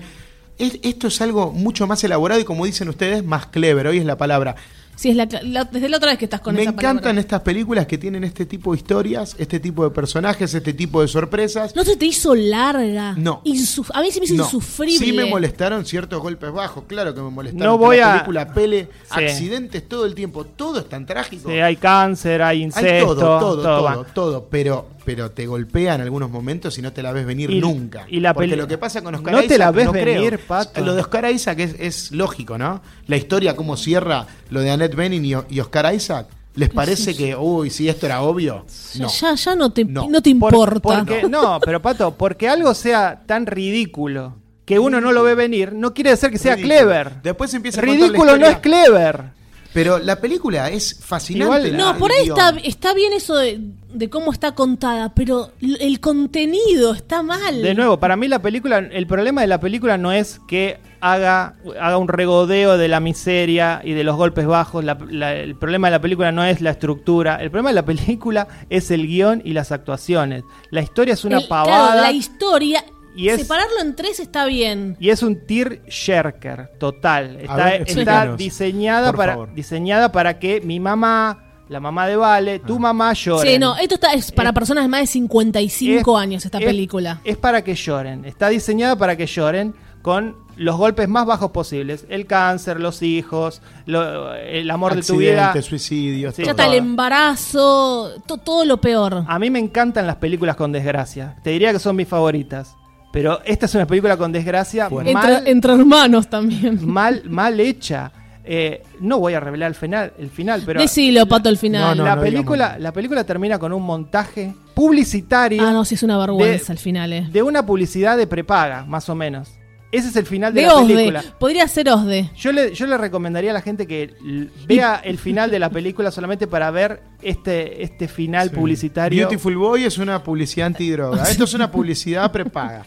D: Es- esto es algo mucho más elaborado y como dicen ustedes, más clever. Hoy es la palabra.
C: Sí, es la, la- desde la otra vez que estás con
D: Me
C: esa
D: encantan
C: palabra.
D: estas películas que tienen este tipo de historias, este tipo de personajes, este tipo de sorpresas.
C: ¿No se te hizo larga?
D: No.
C: Insuf- a mí se me hizo
D: No.
C: insufrible.
D: Sí me molestaron ciertos golpes bajos, claro que me molestaron.
B: No
D: que
B: voy
D: la
B: a-
D: película pele,
B: Sí.
D: accidentes todo el tiempo, todo es tan trágico.
B: Sí, hay cáncer, hay incesto,
D: Hay todo, todo, todo,
B: va.
D: todo, pero, pero te golpea en algunos momentos y no te la ves venir
B: Y-
D: nunca.
B: y la
D: Porque
B: peli-
D: lo que pasa con Oscar
B: No te
D: Isaac,
B: la ves
D: no creo.
B: venir, Pato.
D: Lo de Oscar Isaac es, es lógico, ¿no? La historia, cómo cierra lo de Annette Bening y, y Oscar Isaac. ¿Les parece que, uy, si esto era obvio? No.
C: Ya, ya no te,
D: No.
C: no. te
B: Por-
C: importa.
B: porque- no, pero Pato, porque algo sea tan ridículo que uno no lo ve venir, no quiere decir que sea
D: Ridículo.
B: clever.
D: Después empieza a contar la
B: Ridículo no
D: historia.
B: es clever.
D: Pero la película es fascinante.
B: Igual-
D: la-
C: No,
D: el
C: por ahí
D: guión.
C: está, está bien eso de, de cómo está contada, pero l- el contenido está mal.
B: De nuevo, para mí la película, el problema de la película no es que haga, haga un regodeo de la miseria y de los golpes bajos. La- la- el problema de la película no es la estructura. El problema de la película es el guión y las actuaciones. La historia es una
C: El- claro,
B: pavada
C: la historia,
B: Y es-
C: separarlo en tres está bien.
B: y es un tear jerker total. Está,
D: ver,
B: está
D: explícanos,
B: diseñada,
D: por
B: para,
D: favor.
B: diseñada para que mi mamá, la mamá de Vale,
D: Ah.
B: tu mamá llore.
C: Sí, no, esto está, es para
B: Es-
C: personas de más de 55
B: Es-
C: años esta
B: es-
C: película.
B: Es para que lloren. Está diseñada para que lloren con los golpes más bajos posibles. El cáncer, los hijos, lo- el amor de tu vida.
D: Accidentes, suicidios,
B: Sí,
D: todo.
C: ya está el embarazo, to- todo lo peor.
B: A mí me encantan las películas con desgracia. Te diría que son mis favoritas. Pero esta es una película con desgracia
D: Bueno.
B: mal,
C: Entre, entre hermanos también.
B: mal, mal hecha. Eh, no voy a revelar el final, el final pero
C: Decilo, Pato, al final.
D: No, no,
B: la,
D: no
B: película,
D: digamos.
B: la película termina con un montaje publicitario
C: Ah, no, sí, es una vergüenza
B: De-
C: al final, eh.
B: de una publicidad de prepaga, más o menos. Ese es el final de,
C: De
B: la
C: Osde.
B: película.
C: Podría ser Osde.
B: Yo le, yo le recomendaría a la gente que l- vea el final de la película solamente para ver este, este final publicitario.
D: Beautiful Boy es una publicidad antidroga. Esto es una publicidad prepaga.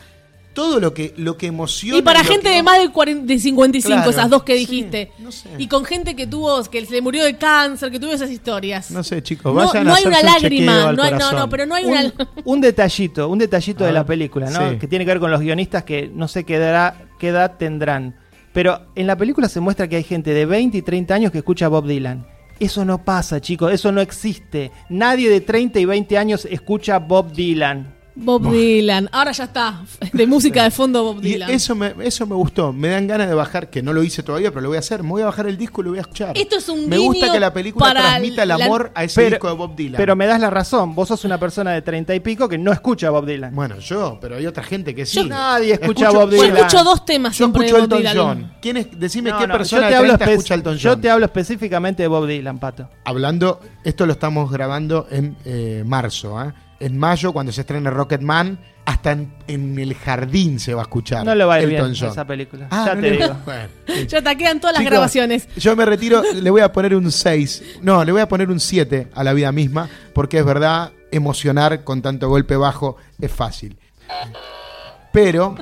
D: todo lo que, lo que emociona.
C: Y para
D: lo
C: gente
D: que
C: de
D: no-
C: más de, 40 de 55,
D: Claro,
C: esas dos que
D: sí,
C: dijiste.
D: no sé.
C: Y con gente que tuvo, que se le murió de cáncer, que tuvo esas historias.
D: No sé, chicos,
C: No-
D: vayan
C: no
D: a
C: hay una
D: hacerse un
C: lágrima,
D: chequeo al
C: no hay- no, no,
D: corazón.
C: pero no hay una.
B: un, un detallito, un detallito
D: A
B: de la
D: ver,
B: película, ¿no?
D: sí.
B: Que tiene que ver con los guionistas que no sé qué, edad- qué edad tendrán. Pero en la película se muestra que hay gente de 20 y 30 años que escucha a Bob Dylan. Eso no pasa, chicos, eso no existe. Nadie de 30 y 20 años escucha a Bob Dylan.
C: Bob Dylan. Ahora ya está. De música de fondo, Bob
D: Y
C: Dylan.
D: eso me, eso me gustó. Me dan ganas de bajar, que no lo hice todavía, pero lo voy a hacer. Me voy a bajar el disco y lo voy a escuchar.
C: Esto es un
D: Me gusta
C: guiño
D: que la película
C: para
D: transmita el
C: la-
D: amor a ese
B: Pero-
D: disco de Bob Dylan.
B: Pero me das la razón, vos sos una persona de 30 y pico que no escucha a Bob Dylan.
D: bueno, yo, pero hay otra gente que sí.
B: Yo- Nadie escucha
D: Escucho-
B: a Bob
C: Yo
B: Dylan.
C: escucho dos temas
D: Yo
C: siempre
D: escucho
C: de Bob
D: Elton
C: Dylan.
D: John. ¿Quién es- decime
B: No,
D: qué
B: no,
D: persona
B: yo te,
D: de
B: hablo
D: 30
B: espe-
D: escucha Elton John.
B: yo te hablo específicamente de Bob Dylan, Pato.
D: Hablando, esto lo estamos grabando en eh, marzo, ¿eh? En mayo, cuando se estrene Rocketman, hasta en, en el jardín se va a escuchar.
B: No le va a ir
D: Elton
B: bien a
D: John.
B: esa película,
D: Ah,
B: ya
D: no
B: te
D: le-
B: digo.
D: Bueno, sí.
C: Ya te quedan todas las
D: Chicos,
C: grabaciones.
D: Yo me retiro, le voy a poner un 6. No, le voy a poner un 7 a la vida misma, porque es verdad, emocionar con tanto golpe bajo es fácil. Pero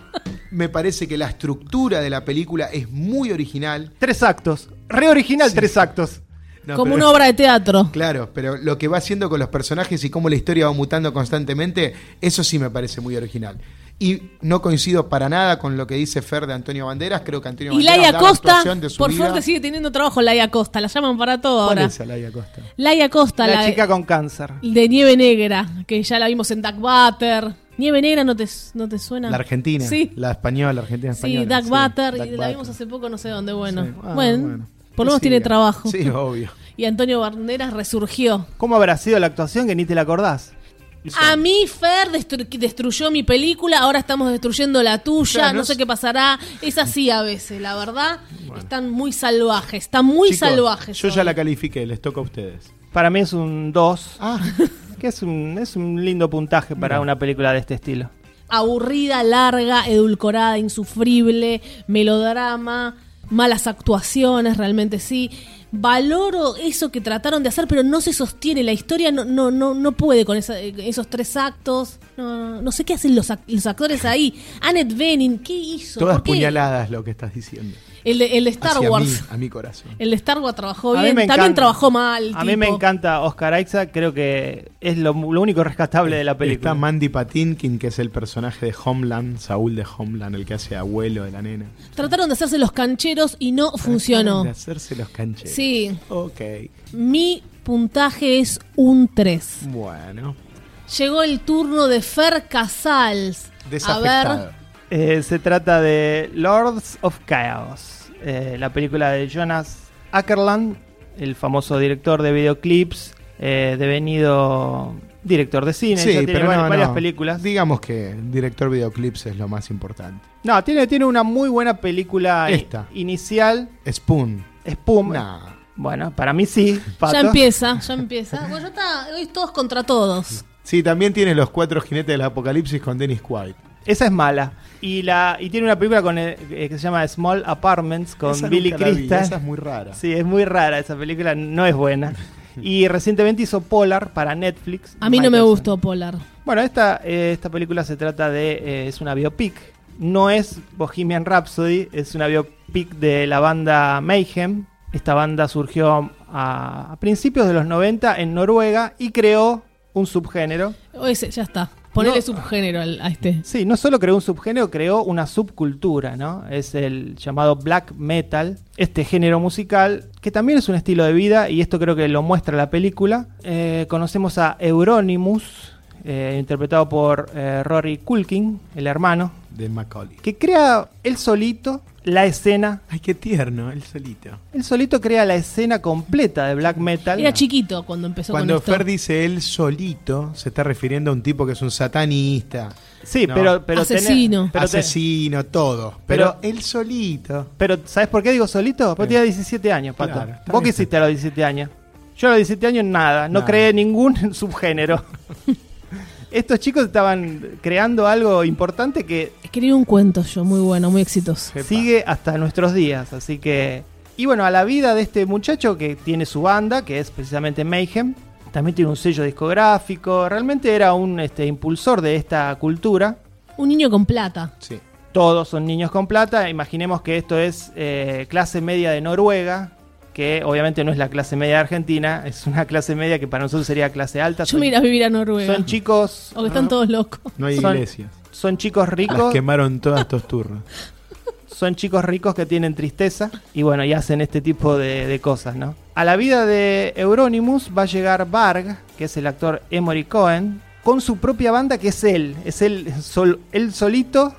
D: me parece que la estructura de la película es muy original.
B: Tres actos, reoriginal
D: Sí.
B: tres actos.
D: No,
C: Como
D: pero-
C: una obra de teatro.
D: Claro, pero lo que va haciendo con los personajes y cómo la historia va mutando constantemente, eso sí me parece muy original. Y no coincido para nada con lo que dice Fer de Antonio Banderas. Creo que Antonio
C: Y
D: Banderas
C: Laia
D: da la
C: Costa,
D: actuación de su
C: por
D: vida.
C: suerte sigue teniendo trabajo Laia Costa, la llaman para todo
D: ¿Cuál
C: ahora.
D: es Laia Costa?
C: Laia Costa, la,
B: La chica con cáncer.
C: de Nieve Negra, que ya la vimos en Duck Butter. Nieve Negra no te, no te suena.
D: La argentina.
C: Sí,
D: La española, la argentina
C: sí
D: española.
C: Duck Butter, y
D: Duck
C: la
D: Butter.
C: vimos hace poco, no sé dónde, bueno.
D: Sí.
C: bueno,
D: Ah, bueno.
C: por lo
D: Que
C: menos tiene
D: siga.
C: trabajo.
D: Sí, obvio.
C: Y Antonio Banderas resurgió.
B: ¿Cómo habrá sido la actuación que ni te la acordás?
C: A mí Fer destru- destruyó mi película, ahora estamos destruyendo la tuya,
D: Claro,
C: no
D: no
C: sé
D: es-
C: qué pasará. Es así a veces, la verdad. Están muy salvajes, están muy
D: Chicos,
C: salvajes.
D: Yo ya
C: hoy.
D: la califiqué, les toca a ustedes.
B: Para mí es un 2,
D: Ah,
B: que es un, es un lindo puntaje para una película de este estilo.
C: Aburrida, larga, edulcorada, insufrible, melodrama, malas actuaciones, realmente sí. Valoro eso que trataron de hacer, pero no se sostiene. La historia no, no, no, no puede con esa- esos tres actos. No, no, no sé qué hacen los, ac- los actores ahí. Annette Bening, ¿qué hizo?
D: todas
C: ¿Por qué?
D: puñaladas lo que estás diciendo.
C: El de, el de Star
D: Hacia
C: Wars.
D: mí, a mi corazón.
C: El de Star Wars trabajó
B: A mí
C: bien.
B: me
C: También
B: encanta-
C: trabajó mal.
B: A mí me
C: tipo.
B: encanta Oscar Isaac, creo que es lo, lo único rescatable de la película.
D: Está Mandy Patinkin, que es el personaje de Homeland, Saúl de Homeland, el que hace abuelo de la nena.
C: Trataron de hacerse los cancheros y no funcionó.
D: De hacerse los cancheros.
C: Sí.
D: Ok.
C: Mi puntaje es un 3.
D: Bueno.
C: Llegó el turno de Fer Casals. A ver,
D: Desafectado.
B: Eh, se trata de Lords of Chaos, eh, la película de Jonas Ackerland, el famoso director de videoclips, eh, devenido director de cine, ya tiene varias,
D: no,
B: varias
D: no.
B: películas.
D: Digamos que director videoclips es lo más importante.
B: No, tiene, tiene una muy buena película i-
D: Esta.
B: inicial,
D: Spoon.
B: Spum.
D: Nah.
B: Bueno, para mí sí, Pato.
C: ya empieza, ya empieza. Bueno, ya está, hoy todos contra todos.
D: Sí, también tiene los cuatro jinetes del apocalipsis con Dennis Quaid.
B: Esa es mala. Y la y tiene una película con eh, que se llama Small Apartments con
D: Esa
B: Billy
D: nunca la vi,
B: Crystal.
D: Esa es muy rara.
B: Sí, es muy rara esa película, no es buena. Y recientemente hizo Polar para Netflix.
C: A mí no me
B: Michelson.
C: gustó Polar.
B: Bueno, esta, eh, esta película se trata de. eh, es una biopic. No es Bohemian Rhapsody, es una biopic de la banda Mayhem. Esta banda surgió a, a principios de los 90 en Noruega y creó un subgénero.
C: O ese, ya está. Ponele
B: No.
C: subgénero al- a este.
B: Sí, no solo creó un subgénero, creó una subcultura, ¿no? Es el llamado black metal, este género musical, que también es un estilo de vida, y esto creo que lo muestra la película. Eh, conocemos a Euronymous, eh, interpretado por eh, Rory Culkin, el hermano,
D: De Macaulay.
B: que crea él solito la escena.
D: Ay, qué tierno, él solito.
B: Él solito crea la escena completa de black metal.
C: Era chiquito cuando empezó
D: Cuando
C: con esto.
D: Fer dice él solito, se está refiriendo a un tipo que es un satanista,
B: Sí,
D: No.
B: pero, pero tenés-
C: Asesino.
B: pero te-
D: asesino, todo. Pero, él solito.
B: Pero, ¿sabes por qué digo solito? Porque
D: Sí.
B: tenía 17 años, Pato.
D: Claro, está
B: ¿Vos
D: bien.
B: qué hiciste a los 17 años? Yo a los 17 años nada, no
D: Nada.
B: creé ningún subgénero. Estos chicos estaban creando algo importante que
C: Escribí un cuento yo, muy bueno, muy exitoso.
D: Epa.
B: sigue hasta nuestros días, así que... Y bueno, a la vida de este muchacho que tiene su banda, que es precisamente Mayhem, también tiene un sello discográfico, realmente era un este, impulsor de esta cultura.
C: Un niño con plata.
D: Sí.
B: todos son niños con plata. Imaginemos que esto es eh, clase media de Noruega, que obviamente no es la clase media de Argentina, es una clase media que para nosotros sería clase alta.
C: Yo me iré a vivir a Noruega.
B: son chicos,
C: o que están todos locos.
D: No hay
B: Son-
D: iglesias.
B: son chicos
D: Las
B: ricos,
D: quemaron todas estos turnos.
B: son chicos ricos que tienen tristeza y bueno, y hacen este tipo de, de cosas, ¿no? A la vida de Euronymous va a llegar Varg, que es el actor Emory Cohen, con su propia banda que es él, es él, sol, él solito,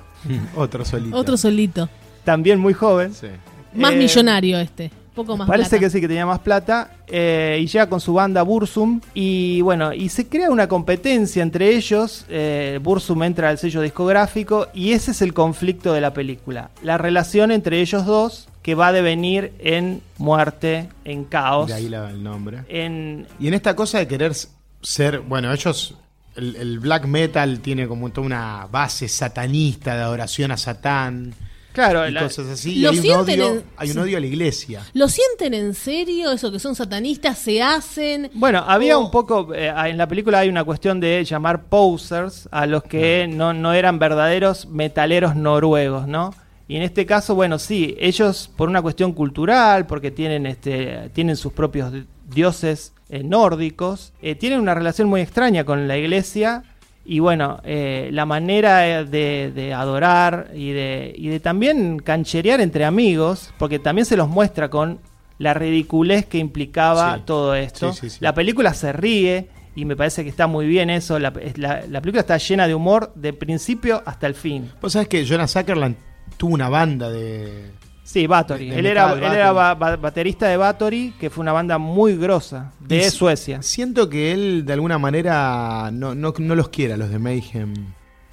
D: Otro solito.
C: Otro solito.
B: también muy joven.
D: Sí.
C: Más
B: Eh,
C: millonario este. Poco más
B: Parece
C: plata.
B: que sí, que tenía más plata. eh, y llega con su banda Bursum. Y bueno, y se crea una competencia entre ellos. eh, Bursum entra al sello discográfico. Y ese es el conflicto de la película. La relación entre ellos dos que va a devenir en muerte, en caos.
D: De ahí la, el nombre.
B: En,
D: Y en esta cosa de querer s- ser, bueno, ellos, el, el black metal tiene como toda una base satanista de adoración a Satán
B: claro,
D: y
B: la-
D: cosas así. y
C: Lo
D: hay un,
C: sienten
D: odio,
C: en-
D: hay un odio a la iglesia.
C: ¿Lo sienten en serio? Eso que son satanistas, se hacen.
B: Bueno, había
C: Oh.
B: un poco, eh, en la película hay una cuestión de llamar posers a los que no, no eran verdaderos metaleros noruegos, ¿no? Y en este caso, bueno, sí, ellos por una cuestión cultural, porque tienen, este, tienen sus propios di- dioses eh, nórdicos, eh, tienen una relación muy extraña con la iglesia y bueno, eh, la manera eh, de, de adorar y de, y de también cancherear entre amigos, porque también se los muestra con la ridiculez que implicaba
D: Sí.
B: todo esto esto.
D: Sí, sí, sí.
B: La película se ríe y me parece que está muy bien eso. La, es la- la película está llena de humor de principio hasta el fin.
D: Vos sabés que Jonas Zuckerland tuvo una banda de...
B: Sí, Bathory.
D: De- de
B: Él era,
D: metal,
B: él era
D: Bathory.
B: ba- ba- baterista de Bathory, que fue una banda muy grosa de
D: Y si-
B: Suecia.
D: Siento que él de alguna manera no, no, no los quiere a los de Mayhem.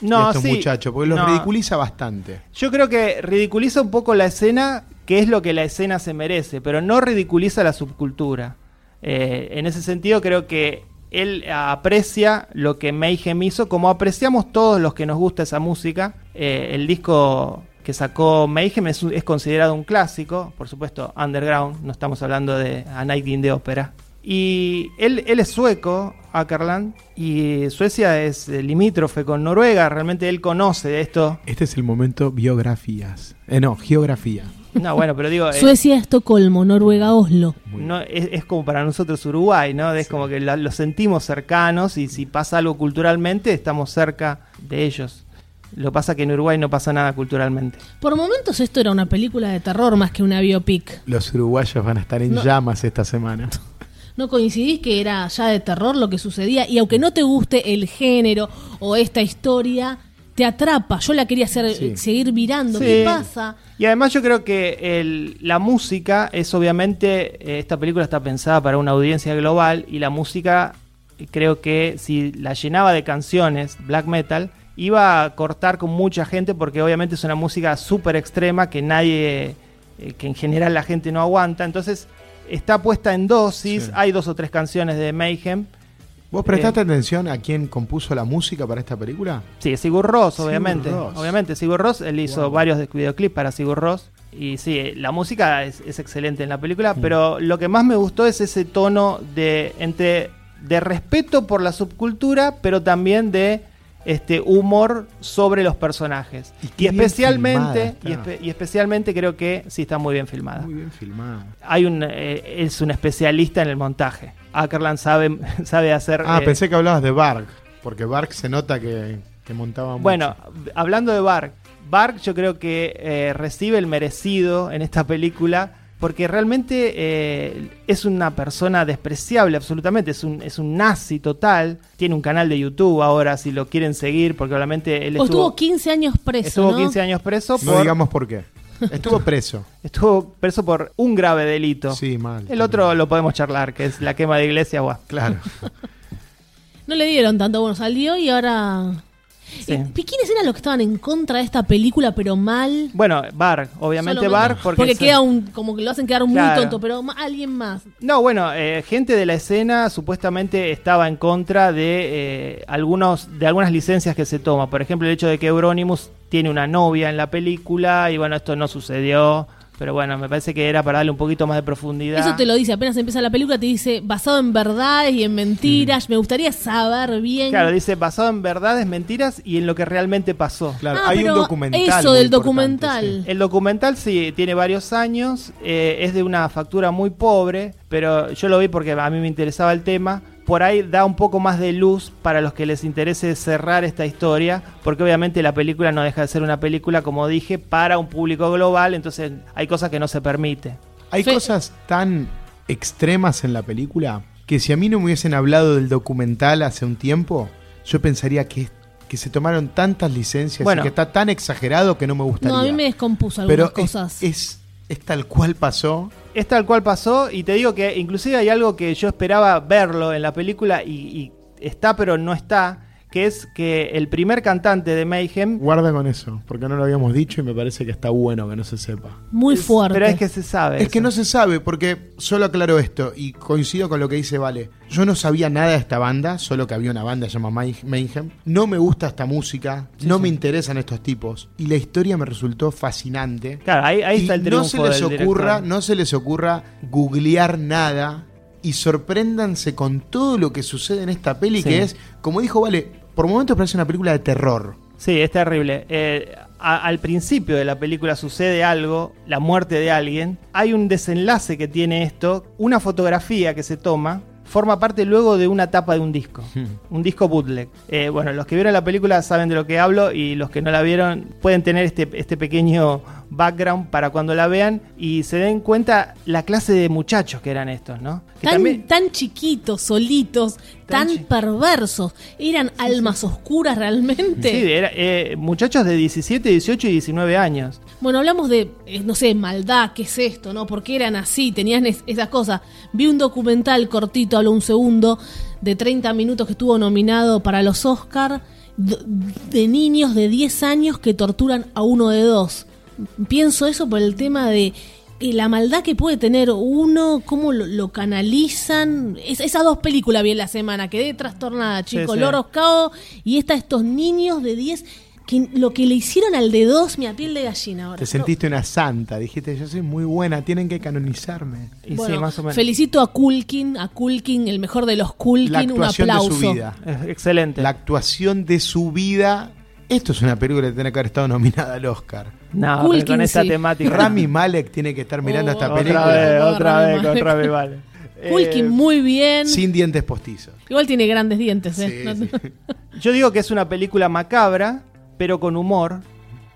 B: No,
D: y a estos
B: sí,
D: muchachos, porque los
B: no.
D: ridiculiza bastante.
B: Yo creo que ridiculiza un poco la escena, que es lo que la escena se merece, pero no ridiculiza la subcultura. Eh, en ese sentido, creo que él aprecia lo que Mayhem hizo, como apreciamos todos los que nos gusta esa música. Eh, el disco que sacó Mayhem es, un- es considerado un clásico, por supuesto, underground, no estamos hablando de A Night in the Opera. Y él, él es sueco, Ackerland, y Suecia es eh, limítrofe con Noruega, realmente él conoce de esto
D: Este es el momento biografías. Eh, no, geografía.
B: no, bueno, pero digo, eh,
C: Suecia, Estocolmo, Noruega, Oslo.
D: Muy
B: no, es, es como para nosotros Uruguay, ¿no? Es como que la- los sentimos cercanos y si pasa algo culturalmente, estamos cerca de ellos. Lo pasa que en Uruguay no pasa nada culturalmente.
C: Por momentos esto era una película de terror más que una biopic.
D: Los uruguayos van a estar en
C: No.
D: llamas esta semana.
C: ¿No coincidís que era ya de terror lo que sucedía? Y aunque no te guste el género o esta historia, te atrapa. Yo la quería hacer,
D: Sí.
C: seguir mirando.
B: Sí.
C: ¿Qué pasa?
B: Y además yo creo que el- la música es obviamente, eh, esta película está pensada para una audiencia global y la música eh, creo que si la llenaba de canciones, black metal, iba a cortar con mucha gente porque obviamente es una música súper extrema que nadie, eh, que en general la gente no aguanta. Entonces está puesta en dosis,
D: Sí.
B: hay dos o tres canciones de Mayhem.
D: ¿Vos prestaste atención a quién compuso la música para esta película?
B: Sí, Sigur Ross,
D: Sigur
B: obviamente.
D: Rós.
B: Obviamente, Sigur Ross, él hizo
D: Wow.
B: varios de- videoclips para Sigur Ross. Y sí, la música es, es excelente en la película, pero lo que más me gustó es ese tono de entre de respeto por la subcultura, pero también de este humor sobre los personajes.
D: Y
B: Y,
D: qué bien
B: especialmente y,
D: filmada está.
B: espe- y especialmente creo que sí está muy bien filmada.
D: Muy bien filmada.
B: Hay un eh, es un especialista en el montaje. Ackerland sabe sabe hacer
D: Ah,
B: eh,
D: pensé que hablabas de Bark, porque Bark se nota que, que montaba mucho.
B: Bueno, hablando de Bark, Bark yo creo que eh, recibe el merecido en esta película porque realmente eh, es una persona despreciable absolutamente, es un, es un nazi total, tiene un canal de YouTube ahora si lo quieren seguir porque obviamente él
C: o
B: estuvo,
C: estuvo 15 años preso.
B: estuvo
C: ¿no?
B: 15 años preso
D: no
B: por,
D: digamos por qué. Estuvo preso.
B: estuvo preso por un grave delito.
D: Sí, mal.
B: El otro lo podemos charlar, que es la quema de iglesia, guau.
D: Claro.
C: No le dieron tanto. Bueno, salió y ahora.
B: Sí.
C: Eh, ¿Quiénes eran los que estaban en contra de esta película, pero mal?
B: Bueno, Bark, obviamente
C: Solamente-
B: Bark, porque, es-
C: queda un. Como que lo hacen quedar
B: Claro.
C: muy tonto, pero ma- alguien más.
B: No, bueno, eh, gente de la escena supuestamente estaba en contra de eh, algunos de algunas licencias que se toma. Por ejemplo, el hecho de que Euronymous tiene una novia en la película y bueno, esto no sucedió. Pero bueno, me parece que era para darle un poquito más de profundidad.
C: Eso te lo dice, apenas empieza la película, te dice basado en verdades y en mentiras. Me gustaría saber bien.
B: Claro, dice basado en verdades, mentiras y en lo que realmente pasó.
D: Claro,
C: Ah,
D: hay un
C: pero
D: documental.
C: Eso
D: muy
C: del
D: importante,
C: documental.
B: El documental sí tiene varios años, eh, es de una factura muy pobre, pero yo lo vi porque a mí me interesaba el tema. Por ahí da un poco más de luz para los que les interese cerrar esta historia, porque obviamente la película no deja de ser una película, como dije, para un público global, entonces hay cosas que no se permite.
D: sí. Hay
C: Fe-
D: cosas tan extremas en la película que si a mí no me hubiesen hablado del documental hace un tiempo, yo pensaría que, que se tomaron tantas licencias
B: Bueno.
D: y que está tan exagerado que no me gustaría.
C: No, a mí me descompuso algunas
D: Pero es-
C: cosas.
D: Es, es tal cual pasó.
B: Es tal cual pasó y te digo que inclusive hay algo que yo esperaba verlo en la película y, y está pero no está, que es que el primer cantante de Mayhem
D: Guarda con eso, porque no lo habíamos dicho y me parece que está bueno que no se sepa.
C: Muy
B: es-
C: fuerte.
B: Pero es que se sabe.
D: Es que
B: eso.
D: no se sabe, porque solo aclaro esto, y coincido con lo que dice Vale. Yo no sabía nada de esta banda, solo que había una banda llamada May- Mayhem. No me gusta esta música, no me interesan estos tipos. Y la historia me resultó fascinante.
B: Claro, ahí, ahí
D: Y
B: está el
D: no
B: triunfo
D: se les
B: del
D: ocurra,
B: director.
D: no se les ocurra googlear nada y sorpréndanse con todo lo que sucede en esta peli,
B: Sí.
D: que es, como dijo Vale, por momentos parece una película de terror.
B: Sí, es terrible. Eh, a- al principio de la película sucede algo, la muerte de alguien. Hay un desenlace que tiene esto. Una fotografía que se toma forma parte luego de una tapa de un disco. Un disco bootleg. Eh, bueno, los que vieron la película saben de lo que hablo y los que no la vieron pueden tener este, este pequeño background para cuando la vean y se den cuenta la clase de muchachos que eran estos, ¿no? Que
C: tan,
B: también-
C: tan chiquitos, solitos,
B: Tan
C: tan,
B: chi-
C: perversos. Eran almas oscuras realmente.
B: Sí, era, eh, muchachos de 17, 18 y 19 años.
C: Bueno, hablamos de, eh, no sé, maldad, ¿qué es esto? ¿No? ¿Por qué eran así? Tenían es- esas cosas. Vi un documental cortito, hablo un segundo, de 30 minutos que estuvo nominado para los Oscar, d- de niños de 10 años que torturan a uno de dos. Pienso eso por el tema de eh, la maldad que puede tener uno, cómo lo, lo canalizan. Es- esas dos películas vi en la semana, quedé trastornada, chicos.
B: sí.
C: Loros Cao y esta, estos niños de 10... Que lo que le hicieron al de dos, mi a piel de gallina ahora.
D: Te sentiste una santa, dijiste, yo soy muy buena, tienen que canonizarme.
B: Y sí,
C: Bueno,
B: más o menos.
C: Felicito a Kulkin, a Kulkin, el mejor de los Kulkin,
D: La
C: un
D: actuación de
C: aplauso.
D: su vida.
B: Eh, Excelente.
D: La actuación de su vida. Esto es una película que tiene que haber estado nominada al Oscar.
B: No,
C: Cool
B: pero con
C: Kinsey.
B: esta temática.
D: Rami Malek tiene que estar mirando
C: Oh,
D: esta
B: otra
D: película
B: vez,
C: No,
B: otra
C: Rami
B: vez con
C: Malek.
B: Rami Malek.
C: Kulkin
B: Eh,
C: muy bien.
D: sin dientes postizos.
C: Igual tiene grandes dientes, ¿eh?
D: Sí,
C: No-
D: sí.
B: Yo digo que es una película macabra, pero con humor.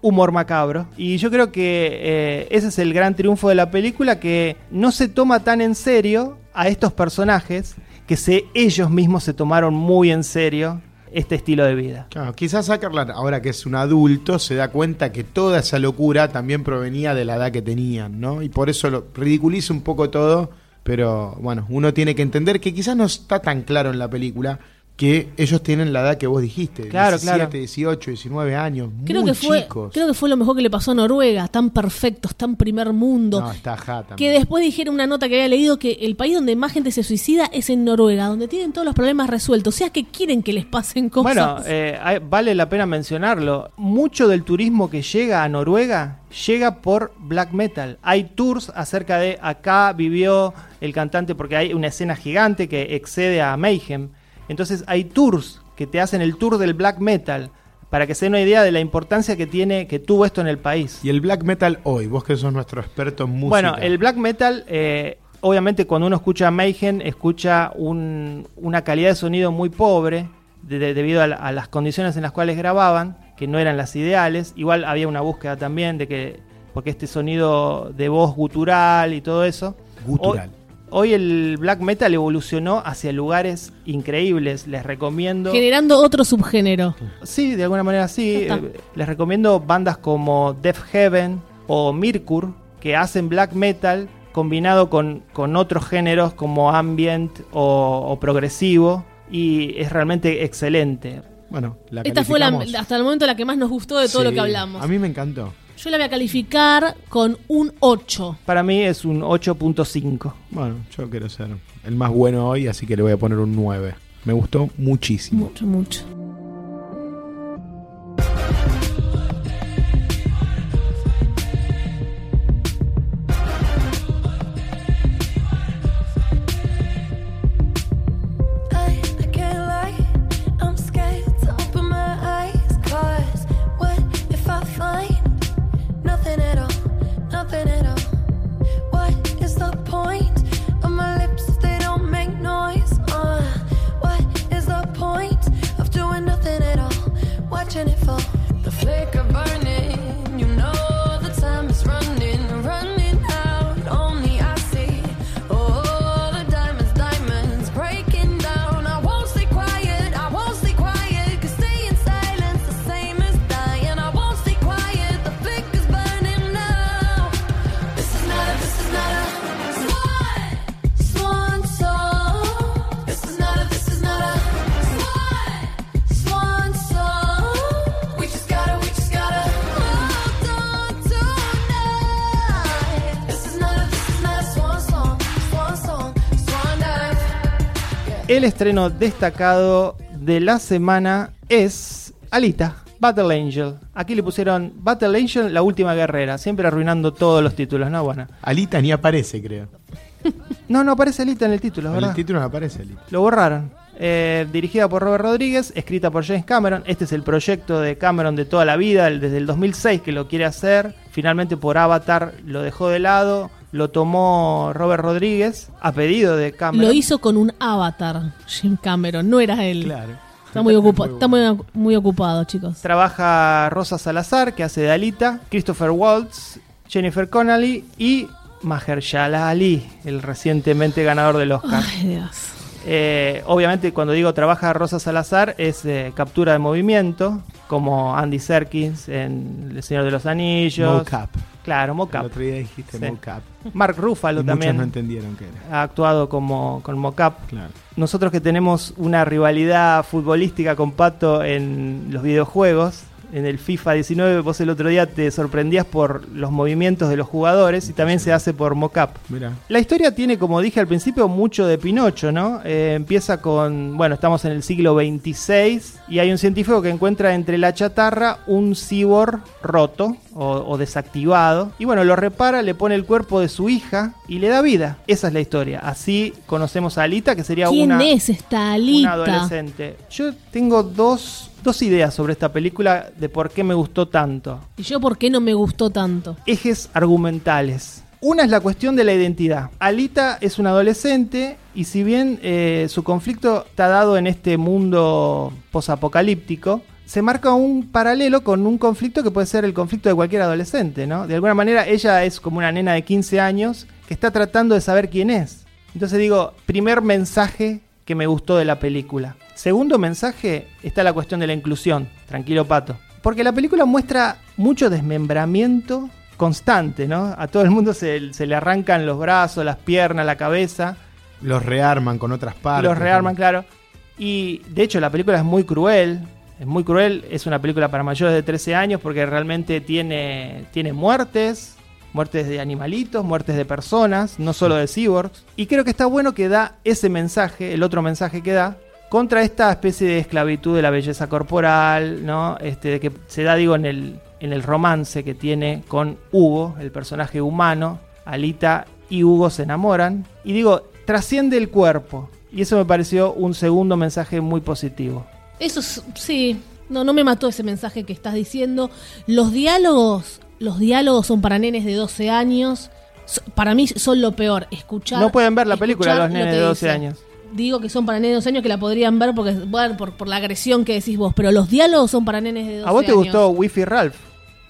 B: Humor macabro. Y yo creo que eh, ese es el gran triunfo de la película, que no se toma tan en serio a estos personajes, que se, ellos mismos se tomaron muy en serio este estilo de vida.
D: Claro, quizás Zuckerberg, ahora que es un adulto, se da cuenta que toda esa locura también provenía de la edad que tenían, ¿no? Y por eso lo ridiculiza un poco todo, pero bueno, uno tiene que entender que quizás no está tan claro en la película que ellos tienen la edad que vos dijiste,
B: Claro,
D: 17,
B: claro.
D: 18, 19 años,
C: Creo
D: muy
C: que, fue,
D: chicos.
C: creo que fue lo mejor que le pasó a Noruega, tan perfectos, tan primer mundo.
D: No, está ajá
C: que
D: también.
C: después dijeron una nota que había leído que el país donde más gente se suicida es en Noruega, donde tienen todos los problemas resueltos. O sea que quieren que les pasen cosas.
B: Bueno, eh, hay- vale la pena mencionarlo. Mucho del turismo que llega a Noruega llega por black metal. Hay tours acerca de acá vivió el cantante porque hay una escena gigante que excede a Mayhem. Entonces hay tours que te hacen el tour del black metal para que se den una idea de la importancia que tiene que tuvo esto en el país.
D: Y el black metal hoy, vos que sos nuestro experto en música.
B: Bueno, el black metal, eh, obviamente cuando uno escucha Mayhem, escucha un- una calidad de sonido muy pobre de- de- debido a, la- a las condiciones en las cuales grababan, que no eran las ideales. Igual había una búsqueda también de que, porque este sonido de voz gutural y todo eso.
D: Gutural.
B: Hoy, hoy el black metal evolucionó hacia lugares increíbles. Les recomiendo.
C: Generando otro subgénero.
B: Sí, de alguna manera sí.
C: Ya está.
B: Eh, Les recomiendo bandas como Death Heaven o Mirkur, que hacen black metal combinado con, con otros géneros como ambient o, o progresivo. Y es realmente excelente.
D: bueno, la
C: Esta fue la-
D: calificamos.
C: hasta el momento la que más nos gustó de todo
D: Sí,
C: lo que hablamos.
D: A mí me encantó.
C: Yo la voy a calificar con un 8.
B: Para mí es un 8.5.
D: Bueno, yo quiero ser el más bueno hoy, así que le voy a poner un 9. Me gustó muchísimo.
C: Mucho, mucho.
B: El estreno destacado de la semana es Alita, Battle Angel. Aquí le pusieron Battle Angel, la última guerrera, siempre arruinando todos los títulos, ¿no? Bueno.
D: Alita ni aparece, creo.
B: No, no aparece Alita en el título, es
D: En el
B: ¿verdad?
D: título no aparece Alita.
B: Lo borraron. Eh, dirigida por Robert Rodríguez, escrita por James Cameron. Este es el proyecto de Cameron de toda la vida, el- desde el 2006 que lo quiere hacer. Finalmente por Avatar lo dejó de lado, lo tomó Robert Rodríguez a pedido de Cameron.
C: Lo hizo con un avatar, Jim Cameron, no era él.
D: Claro.
C: Está muy, ocupa-
D: Muy
C: está muy, muy ocupado, chicos.
B: Trabaja Rosa Salazar, que hace de Alita, Christopher Waltz, Jennifer Connelly y Mahershala Ali, el recientemente ganador del Oscar.
C: Ay, Dios.
B: Eh, obviamente, cuando digo trabaja Rosa Salazar, es eh, captura de movimiento, como Andy Serkis en El Señor de los Anillos.
D: Mocap.
B: Claro,
D: El
B: mocap.
D: otro día dijiste
B: Sí.
D: mocap.
B: Mark
D: Y
B: Ruffalo
D: muchos
B: también
D: no entendieron qué era.
B: ha actuado como con mocap.
D: Claro.
B: Nosotros que tenemos una rivalidad futbolística con Pato en los videojuegos, en el FIFA 19, vos el otro día te sorprendías por los movimientos de los jugadores y también se hace por mocap.
D: Mira.
B: La historia tiene, como dije al principio, mucho de Pinocho, ¿no? Eh, empieza con, bueno, estamos en el siglo XXVI y hay un científico que encuentra entre la chatarra un cyborg roto o, o desactivado y bueno, lo repara, le pone el cuerpo de su hija y le da vida. Esa es la historia. Así conocemos a Alita, que sería
C: ¿Quién
B: una,
C: es esta
B: una
C: Alita?
B: adolescente. Yo tengo dos, dos ideas sobre esta película de por qué me gustó tanto
C: ¿Y yo por qué no me gustó tanto?
B: ejes argumentales. Una es la cuestión de la identidad. Alita es una adolescente y si bien eh, su conflicto está dado en este mundo posapocalíptico, se marca un paralelo con un conflicto que puede ser el conflicto de cualquier adolescente, ¿no? De alguna manera ella es como una nena de 15 años que está tratando de saber quién es. Entonces digo, primer mensaje que me gustó de la película. Segundo mensaje está la cuestión de la inclusión. Tranquilo, Pato. Porque la película muestra mucho desmembramiento constante, ¿no? A todo el mundo se, se le arrancan los brazos, las piernas, la cabeza.
D: Los rearman con otras partes.
B: Los rearman, claro. Y de hecho la película es muy cruel. Es muy cruel. Es una película para mayores de 13 años porque realmente tiene, tiene muertes. Muertes de animalitos, muertes de personas, no solo de cyborgs. Y creo que está bueno que da ese mensaje, el otro mensaje que da, contra esta especie de esclavitud de la belleza corporal, ¿no? Este, que se da, digo, en el, en el romance que tiene con Hugo, el personaje humano. Alita y Hugo se enamoran. Y digo, trasciende el cuerpo. Y eso me pareció un segundo mensaje muy positivo.
C: Eso es- sí, no, no me mató ese mensaje que estás diciendo. Los diálogos, los diálogos son para nenes de 12 años. So- Para mí son lo peor, escuchar.
B: No pueden ver la película
C: escuchar
B: los nenes
C: lo que
B: de 12
C: dice.
B: años.
C: Digo que son para nenes de 12 años que la podrían ver porque bueno, por, por la agresión que decís vos, pero los diálogos son para nenes de 12 años.
B: ¿A vos te gustó Wi-Fi Ralph?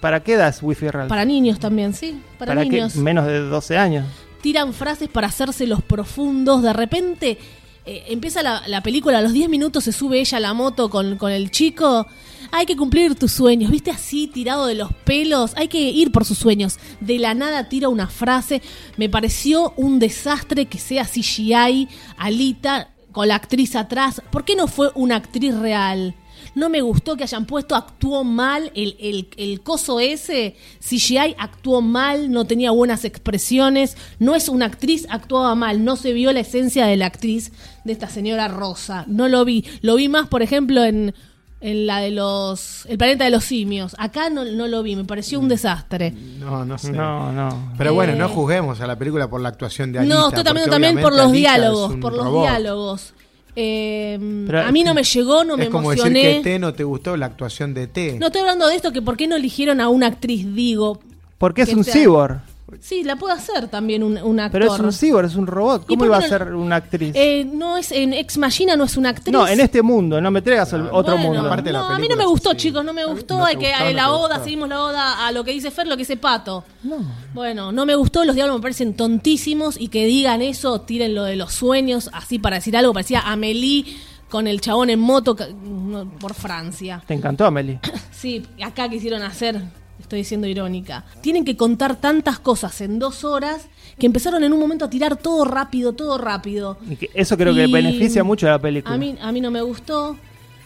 B: ¿Para qué das Wi-Fi Ralph?
C: Para niños también, sí, para,
B: ¿Para qué?
C: niños.
B: menos de 12 años.
C: tiran frases para hacerse los profundos. De repente eh, empieza la, la película, a los 10 minutos se sube ella a la moto con, con el chico. Hay que cumplir tus sueños, viste así, tirado de los pelos. Hay que ir por sus sueños. De la nada tira una frase. Me pareció un desastre que sea CGI, Alita, con la actriz atrás. ¿Por qué no fue una actriz real? No me gustó que hayan puesto, actuó mal, el, el, el coso ese, CGI actuó mal, no tenía buenas expresiones, no es una actriz, actuaba mal, no se vio la esencia de la actriz de esta señora Rosa, no lo vi, lo vi más, por ejemplo, en, en la de los, el planeta de los simios, acá no, no lo vi, me pareció
D: Mm.
C: un desastre.
D: No, no sé.
B: No, no.
D: Pero bueno, no
C: Eh.
D: juzguemos a la película por la actuación de Alita.
C: no, estoy también,
D: porque
C: también por los
D: obviamente Alita es
C: diálogos,
D: un
C: por los
D: robot.
C: diálogos. Eh,
B: Pero-
C: a mí no me llegó, no me
D: es como
C: emocioné.
D: decir que este- T no te gustó la actuación de T.
C: No estoy hablando de esto, que por qué no eligieron a una actriz, digo.
B: Porque es
C: que
B: un
C: sea-
B: cyborg.
C: Sí, la puedo hacer también un, un actor.
B: Pero es un cyborg, es un robot. ¿Cómo
C: por
B: iba a
C: qué no-
B: ser una actriz?
C: Eh, no es en Ex Machina no es una actriz.
B: no, en este mundo, no me traigas al otro
C: Bueno,
B: mundo.
D: Aparte de la
C: no, a mí no
D: película,
C: me gustó,
D: sí.
C: chicos, no me
D: A mí
C: gustó.
D: no te
C: hay que
D: gustó, no te
C: la oda,
D: gustó.
C: seguimos la oda a lo que dice Fer, lo que dice Pato. Bueno, no me gustó, los diálogos me parecen tontísimos y que digan eso, tiren lo de los sueños, así para decir algo, parecía Amélie con el chabón en moto ca- no, por Francia.
B: Te encantó, Amelie.
C: Sí, acá quisieron hacer, estoy siendo irónica. Tienen que contar tantas cosas en dos horas que empezaron en un momento a tirar todo rápido, todo rápido.
B: Y que- Eso creo que
C: Y
B: beneficia mucho a la película.
C: A mí, a mí no me gustó.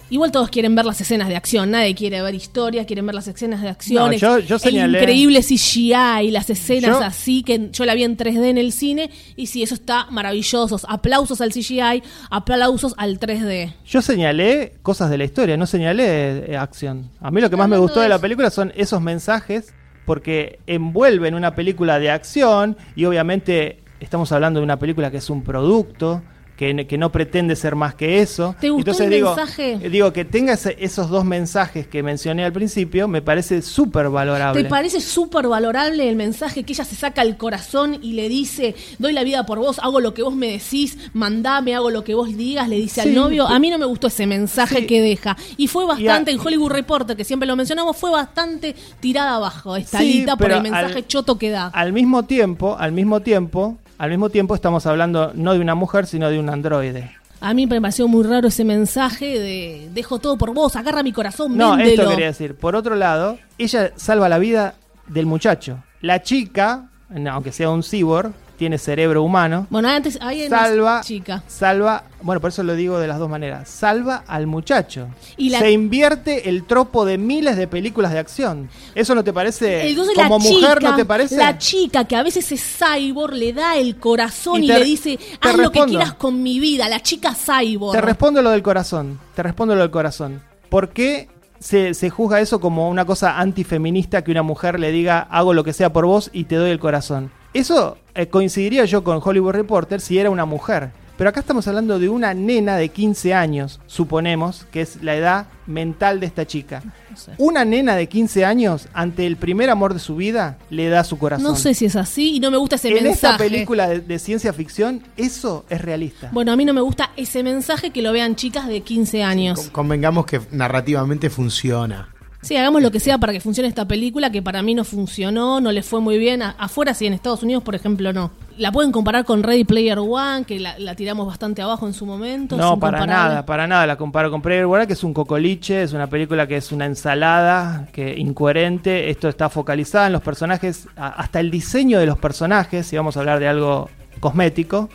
C: Igual todos quieren ver las escenas de acción, nadie quiere ver historias, quieren ver las escenas de acción.
B: No, yo- yo señalé-
C: El increíble CGI y las escenas
B: Yo-
C: así que yo la vi en 3D en el cine y sí, eso está maravilloso. Aplausos al CGI, aplausos al 3D.
B: Yo señalé cosas de la historia, no señalé eh, acción. A mí lo que
C: No,
B: más me
C: no,
B: gustó
C: no
B: de la
C: es-
B: película son esos mensajes porque envuelven una película de acción y obviamente estamos hablando de una película que es un producto. Que, n- que no pretende ser más que eso.
C: ¿Te gustó
B: Entonces
C: el
B: digo,
C: mensaje?
B: eh, digo que tenga ese- esos dos mensajes que mencioné al principio, me parece súper valorable.
C: ¿Te parece súper valorable el mensaje que ella se saca el corazón y le dice, doy la vida por vos, hago lo que vos me decís, mandame, hago lo que vos digas, le dice
B: Sí,
C: al novio?
B: pero-
C: A mí no me gustó ese mensaje
B: Sí.
C: que deja. Y fue bastante,
B: Y a-
C: en Hollywood Reporter, que siempre lo mencionamos, fue bastante tirada abajo esta
B: Sí,
C: lista por
B: pero
C: el mensaje
B: al-
C: choto que da.
B: Al mismo tiempo, al mismo tiempo, al mismo tiempo estamos hablando no de una mujer, sino de un androide.
C: A mí me pareció muy raro ese mensaje de, dejo todo por vos, agarra mi corazón,
B: No, esto
C: véndelo.
B: quería decir. Por otro lado, ella salva la vida del muchacho. La chica, no, aunque sea un cyborg, tiene cerebro humano.
C: Bueno, antes hay una
B: Salva,
C: chica.
B: salva, bueno, por eso lo digo de las dos maneras. Salva al muchacho.
C: Y la-
B: Se invierte el tropo de miles de películas de acción. ¿Eso no te parece?
C: Entonces,
B: como
C: la
B: mujer,
C: chica-
B: ¿no te parece?
C: La chica que a veces es cyborg le da el corazón
B: Y
C: y,
B: te-
C: le dice,
B: te
C: haz lo que
B: respondo.
C: quieras con mi vida, la chica cyborg.
B: Te respondo lo del corazón. Te respondo lo del corazón. ¿Por qué se, se juzga eso como una cosa antifeminista que una mujer le diga hago lo que sea por vos y te doy el corazón? Eso eh, coincidiría yo con Hollywood Reporter si era una mujer. Pero acá estamos hablando de una nena de 15 años, suponemos, que es la edad mental de esta chica.
C: sé.
B: Una nena de 15 años, ante el primer amor de su vida, le da su corazón.
C: no sé si es así y no me gusta ese
B: en
C: mensaje.
B: esta película de, de ciencia ficción, eso es realista.
C: Bueno, a mí no me gusta ese mensaje que lo vean chicas de 15 años.
D: Con- Convengamos que narrativamente funciona.
C: Sí, hagamos lo que sea para que funcione esta película, que para mí no funcionó, no le fue muy bien. A- afuera sí, en Estados Unidos, por ejemplo, no. La pueden comparar con Ready Player One, que la, la tiramos bastante abajo en su momento. es
B: No, para
C: incomparable.
B: nada, para nada. La comparo con Player One, que es un cocoliche, es una película que es una ensalada, que incoherente. Esto está focalizada en los personajes, a- hasta el diseño de los personajes, si vamos a hablar de algo cosmético.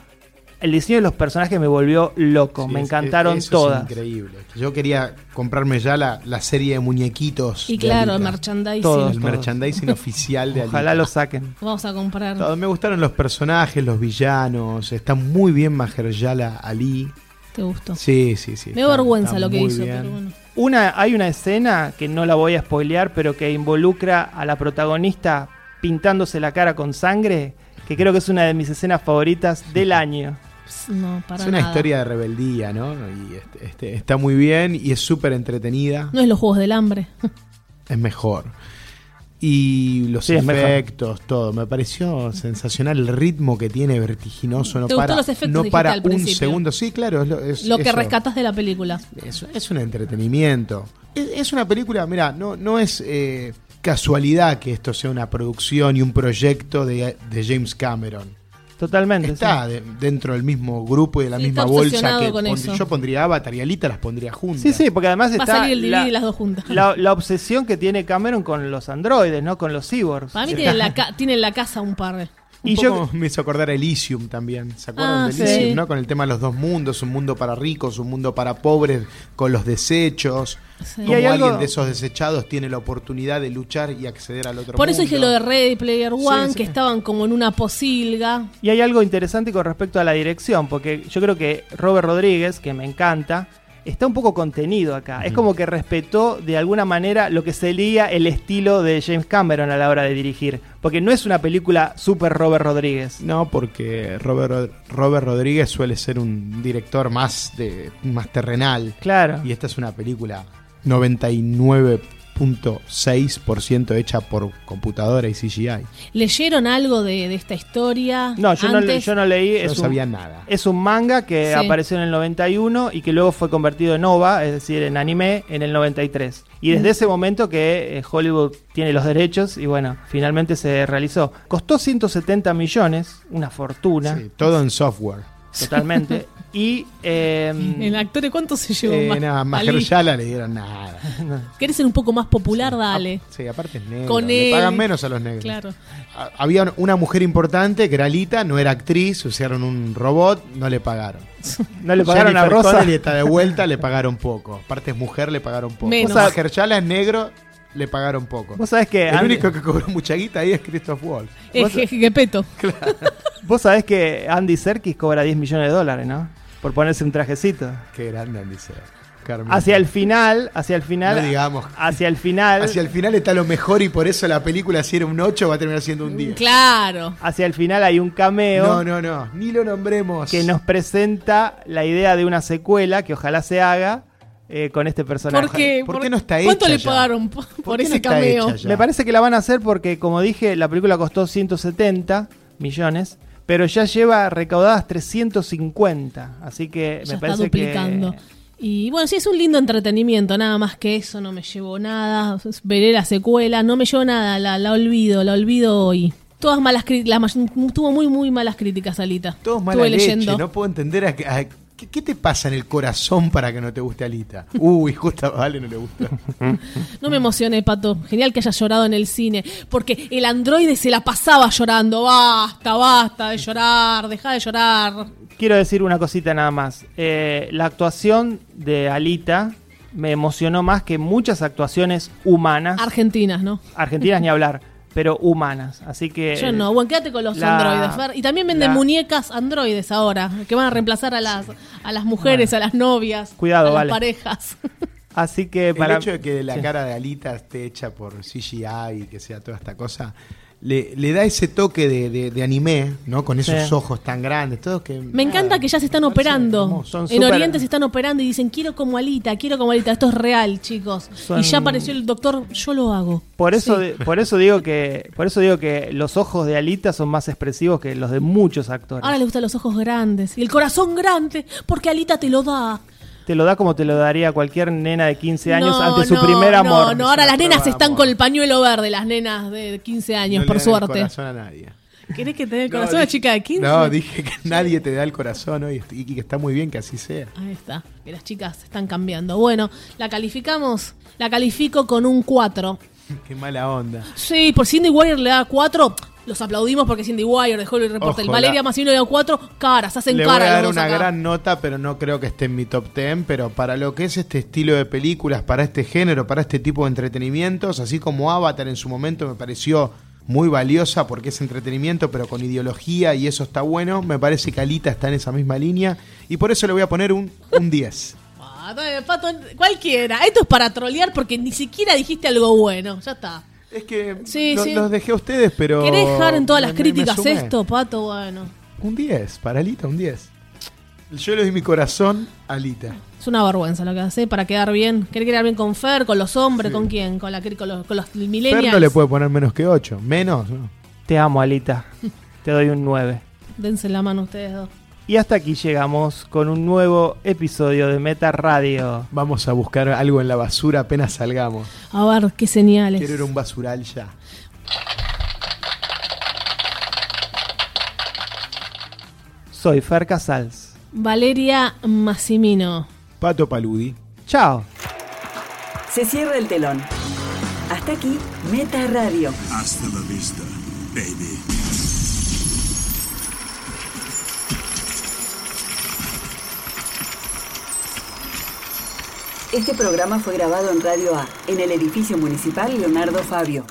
B: El diseño de los personajes me volvió loco,
D: Sí,
B: me
D: es-
B: encantaron
D: es- eso es
B: todas.
D: increíble. Yo quería comprarme ya la, la serie de muñequitos.
C: Y
D: de
C: claro, el
D: Alita.
C: merchandising.
B: Todos.
D: El merchandising oficial de
B: Ojalá
D: Alita.
B: lo saquen.
C: Vamos a comprar.
D: Todo, Me gustaron los personajes, los villanos. Está muy bien Majerjala Ali.
C: Te gustó.
D: Sí, sí, sí.
C: Me da
D: está-
C: vergüenza
D: está
C: lo que
D: muy
C: hizo,
D: bien.
C: pero bueno.
B: Una, hay una escena que no la voy a spoilear, pero que involucra a la protagonista pintándose la cara con sangre, que creo que es una de mis escenas favoritas del año.
C: Ps, pues, No, para
D: Es una
C: nada.
D: historia de rebeldía, ¿no? Y este- este- está muy bien y es súper entretenida.
C: No es los juegos del hambre.
D: Es mejor. Y los
B: Sí, es mejor.
D: efectos, todo. Me pareció sensacional el ritmo que tiene vertiginoso. No
C: ¿Te gustó
D: para,
C: los efectos,
D: no
C: dijiste
D: para
C: al
D: un
C: principio?
D: segundo. Sí, claro. Es lo, es-
C: Lo que
D: eso.
C: rescatas de la película.
D: Es, es un entretenimiento. Es, es una película, mira, no, no es eh, casualidad que esto sea una producción y un proyecto de, de James Cameron.
B: Totalmente.
D: Está
B: sí.
D: de- dentro del mismo grupo y de la
C: Sí,
D: misma
C: está
D: bolsa
C: obsesionado
D: que
C: con
D: pon-
C: eso.
D: yo pondría Avatar y Alita las pondría juntas.
B: Sí, sí, porque además
C: Va a
B: está
C: salir el DVD
B: la,
C: y las dos juntas.
B: la- la obsesión que tiene Cameron con los androides, ¿no? Con los cyborgs.
C: Para mí tienen la, ca- tienen la casa un par.
D: Un
B: Y yo-
D: poco me hizo acordar a Elysium también. ¿Se acuerdan
C: Ah,
D: de
C: sí.
D: Elysium, no? Con el tema de los dos mundos, un mundo para ricos, un mundo para pobres, con los desechos.
C: Sí.
D: Como
B: Y hay algo-
D: alguien de esos desechados tiene la oportunidad de luchar y acceder al otro
C: Por eso dije
D: mundo.
C: lo de Ready Player One,
D: sí.
C: que estaban como en una posilga.
B: Y hay algo interesante con respecto a la dirección, porque yo creo que Robert Rodríguez, que me encanta, está un poco contenido acá. Es como que respetó de alguna manera lo que sería el estilo de James Cameron a la hora de dirigir. Porque no es una película super Robert Rodríguez.
D: No, porque Robert, Rod- Robert Rodríguez suele ser un director más, de, más terrenal.
B: Claro.
D: Y esta es una película 99.6% hecha por computadora y CGI.
C: ¿Leyeron algo de, de esta historia?
B: No, yo, no, le-
C: antes?
B: yo no leí.
D: Yo no
B: es un-
D: sabía nada.
B: Es un manga que
C: Sí.
B: apareció en el 91 y que luego fue convertido en OVA, es decir, en anime, en el 93. Y desde ese momento que eh, Hollywood tiene los derechos y bueno, finalmente se realizó. Costó 170 millones, una fortuna.
D: Sí, todo en software.
B: totalmente. y. em,
C: El actor, ¿cuánto se llevó?
D: Eh,
C: Ma-
D: nada,
C: Ali?
D: Mahershala le dieron nada. Ah,
C: ¿Querés ser un poco más popular? Dale.
D: Sí, pues. aparte es negro.
C: Con
D: le
C: él.
D: pagan menos a los negros.
C: Claro.
D: A- Había una mujer importante que era Lita, no era actriz, usaron un robot, no le pagaron.
B: no le pagaron a
D: Jennifer
B: Rosa.
D: Connelly está de vuelta, le pagaron poco. Aparte es mujer, le pagaron poco.
C: Menos.
D: O sea, Mahershala es negro, le pagaron poco.
B: Vos sabés que.
D: El
B: Eh, Andy-
D: único que cobró mucha guita ahí es Christoph Waltz.
C: Es que- que peto.
B: Vos sabés que Andy Serkis cobra 10 millones de dólares, ¿no? Por ponerse un trajecito.
D: Qué grande Andy Serkis. Carmen.
B: Hacia el final, hacia el final.
D: No digamos.
B: Hacia el final.
D: Hacia el final está lo mejor y por eso la película, si era un 8, va a terminar siendo un 10.
C: Claro.
B: hacia el final hay un cameo
D: No, no, no. Ni lo nombremos.
B: que nos presenta la idea de una secuela que ojalá se haga eh, con este personaje.
C: Porque,
D: ¿Por qué no está
C: ¿Cuánto
D: hecha
C: le
D: ya?
C: pagaron po- por,
D: ¿Por qué no
C: ese
D: está
C: cameo?
D: hecha ya?
B: Me parece que la van a hacer porque, como dije, la película costó 170 millones, pero ya lleva recaudadas 350. Así que
C: Ya
B: me
C: está
B: parece
C: duplicando.
B: que.
C: Y bueno, sí, es un lindo entretenimiento, nada más que eso, no me llevo nada. Veré la secuela, no me llevo nada, la, la olvido, la olvido hoy. Todas malas críticas, tuvo muy, muy malas críticas, Alita.
D: Todos mala
C: Estuve
D: leche,
C: leyendo.
D: no puedo entender a, a- ¿qué, qué te pasa en el corazón para que no te guste Alita? Uy, justo a Vale no le gusta.
C: No me emocioné, Pato. Genial que hayas llorado en el cine. Porque el androide se la pasaba llorando. Basta, basta de llorar, deja de llorar.
B: Quiero decir una cosita nada más. Eh, la actuación de Alita me emocionó más que muchas actuaciones humanas.
C: Argentinas, ¿no?
B: argentinas ni hablar, pero humanas. Así que.
C: Yo no. Bueno, quédate con los
B: Eh, la-
C: androides, Fer. Y también venden
B: la-
C: muñecas androides ahora, que van a reemplazar a las, a las mujeres, a las novias,
B: Cuidado,
C: a las
B: vale.
C: parejas.
B: Así que
D: El
B: para.
D: hecho de que la cara de Alita esté hecha por CGI y que sea toda esta cosa, le, le da ese toque de, de- de anime, ¿no? Con esos
B: Sí.
D: ojos tan grandes, todos que...
C: Me encanta que ya se están operando.
B: hermoso. Son
C: en
B: súper-
C: Oriente se están operando y dicen, quiero como Alita, quiero como Alita. Esto es real, chicos.
B: Son-
C: Y ya apareció el doctor, yo lo hago.
B: Por eso,
C: Sí.
B: di- por eso digo que, por eso digo que los ojos de Alita son más expresivos que los de muchos actores.
C: Ahora le gustan los ojos grandes y el corazón grande, porque Alita te lo da.
B: Te lo da como te lo daría cualquier nena de 15 años
C: No,
B: ante su
C: no,
B: primer amor.
C: No, no, ahora las nenas
D: Prueba,
C: están
D: amor.
C: con el pañuelo verde, las nenas de 15
D: no
C: años,
D: le
C: por
D: dan el
C: suerte.
D: corazón a nadie.
C: ¿Querés que te dé el
D: No,
C: corazón a una
D: dije-
C: chica de 15?
D: No, dije que nadie te da el corazón hoy y que está muy bien que así sea.
C: Ahí está, que las chicas se están cambiando. Bueno, la calificamos, la califico con un 4.
D: Qué mala onda.
C: Sí, por Cindy Wire le da 4. Los aplaudimos porque Cindy Wire dejó el reporte.
D: Ojo,
C: Valeria
D: la-
C: Massino le da 4. Caras, hacen
D: Le voy a
C: caras.
D: dar
C: los dos
D: una
C: acá.
D: gran nota, pero no creo que esté en mi top 10. Pero para lo que es este estilo de películas, para este género, para este tipo de entretenimientos, así como Avatar en su momento me pareció muy valiosa porque es entretenimiento, pero con ideología y eso está bueno, me parece que Alita está en esa misma línea. Y por eso le voy a poner un, un 10.
C: Pato, eh, pato, cualquiera. Esto es para trolear porque ni siquiera dijiste algo bueno. Ya está.
D: Es que
C: Sí,
D: lo-
C: sí.
D: los dejé a ustedes, pero.
C: ¿Querés dejar en todas las
D: me- me- me
C: críticas
D: sumé.
C: esto, Pato? Bueno,
D: Un 10, para Alita, un 10. Yo le doy mi corazón a Alita.
C: es una vergüenza lo que hace para quedar bien. ¿Querés quedar bien con Fer, con los hombres, con quién? ¿Con, la, cri- con los, con los millennials?
D: Fer no le puede poner menos que 8. Menos, ¿no?
B: Te amo, Alita. Te doy un 9.
C: Dense la mano ustedes dos.
B: Y hasta aquí llegamos con un nuevo episodio de Meta Radio.
D: Vamos a buscar algo en la basura apenas salgamos.
C: A ver, qué señales.
D: Quiero ir a un basural ya.
B: Soy Fer Casals.
C: Valeria Massimino.
D: Pato Paludi.
B: Chao.
A: Se cierra el telón. Hasta aquí, Meta Radio.
E: Hasta la vista, baby.
A: Este programa fue grabado en Radio A, en el edificio municipal Leonardo Fabio.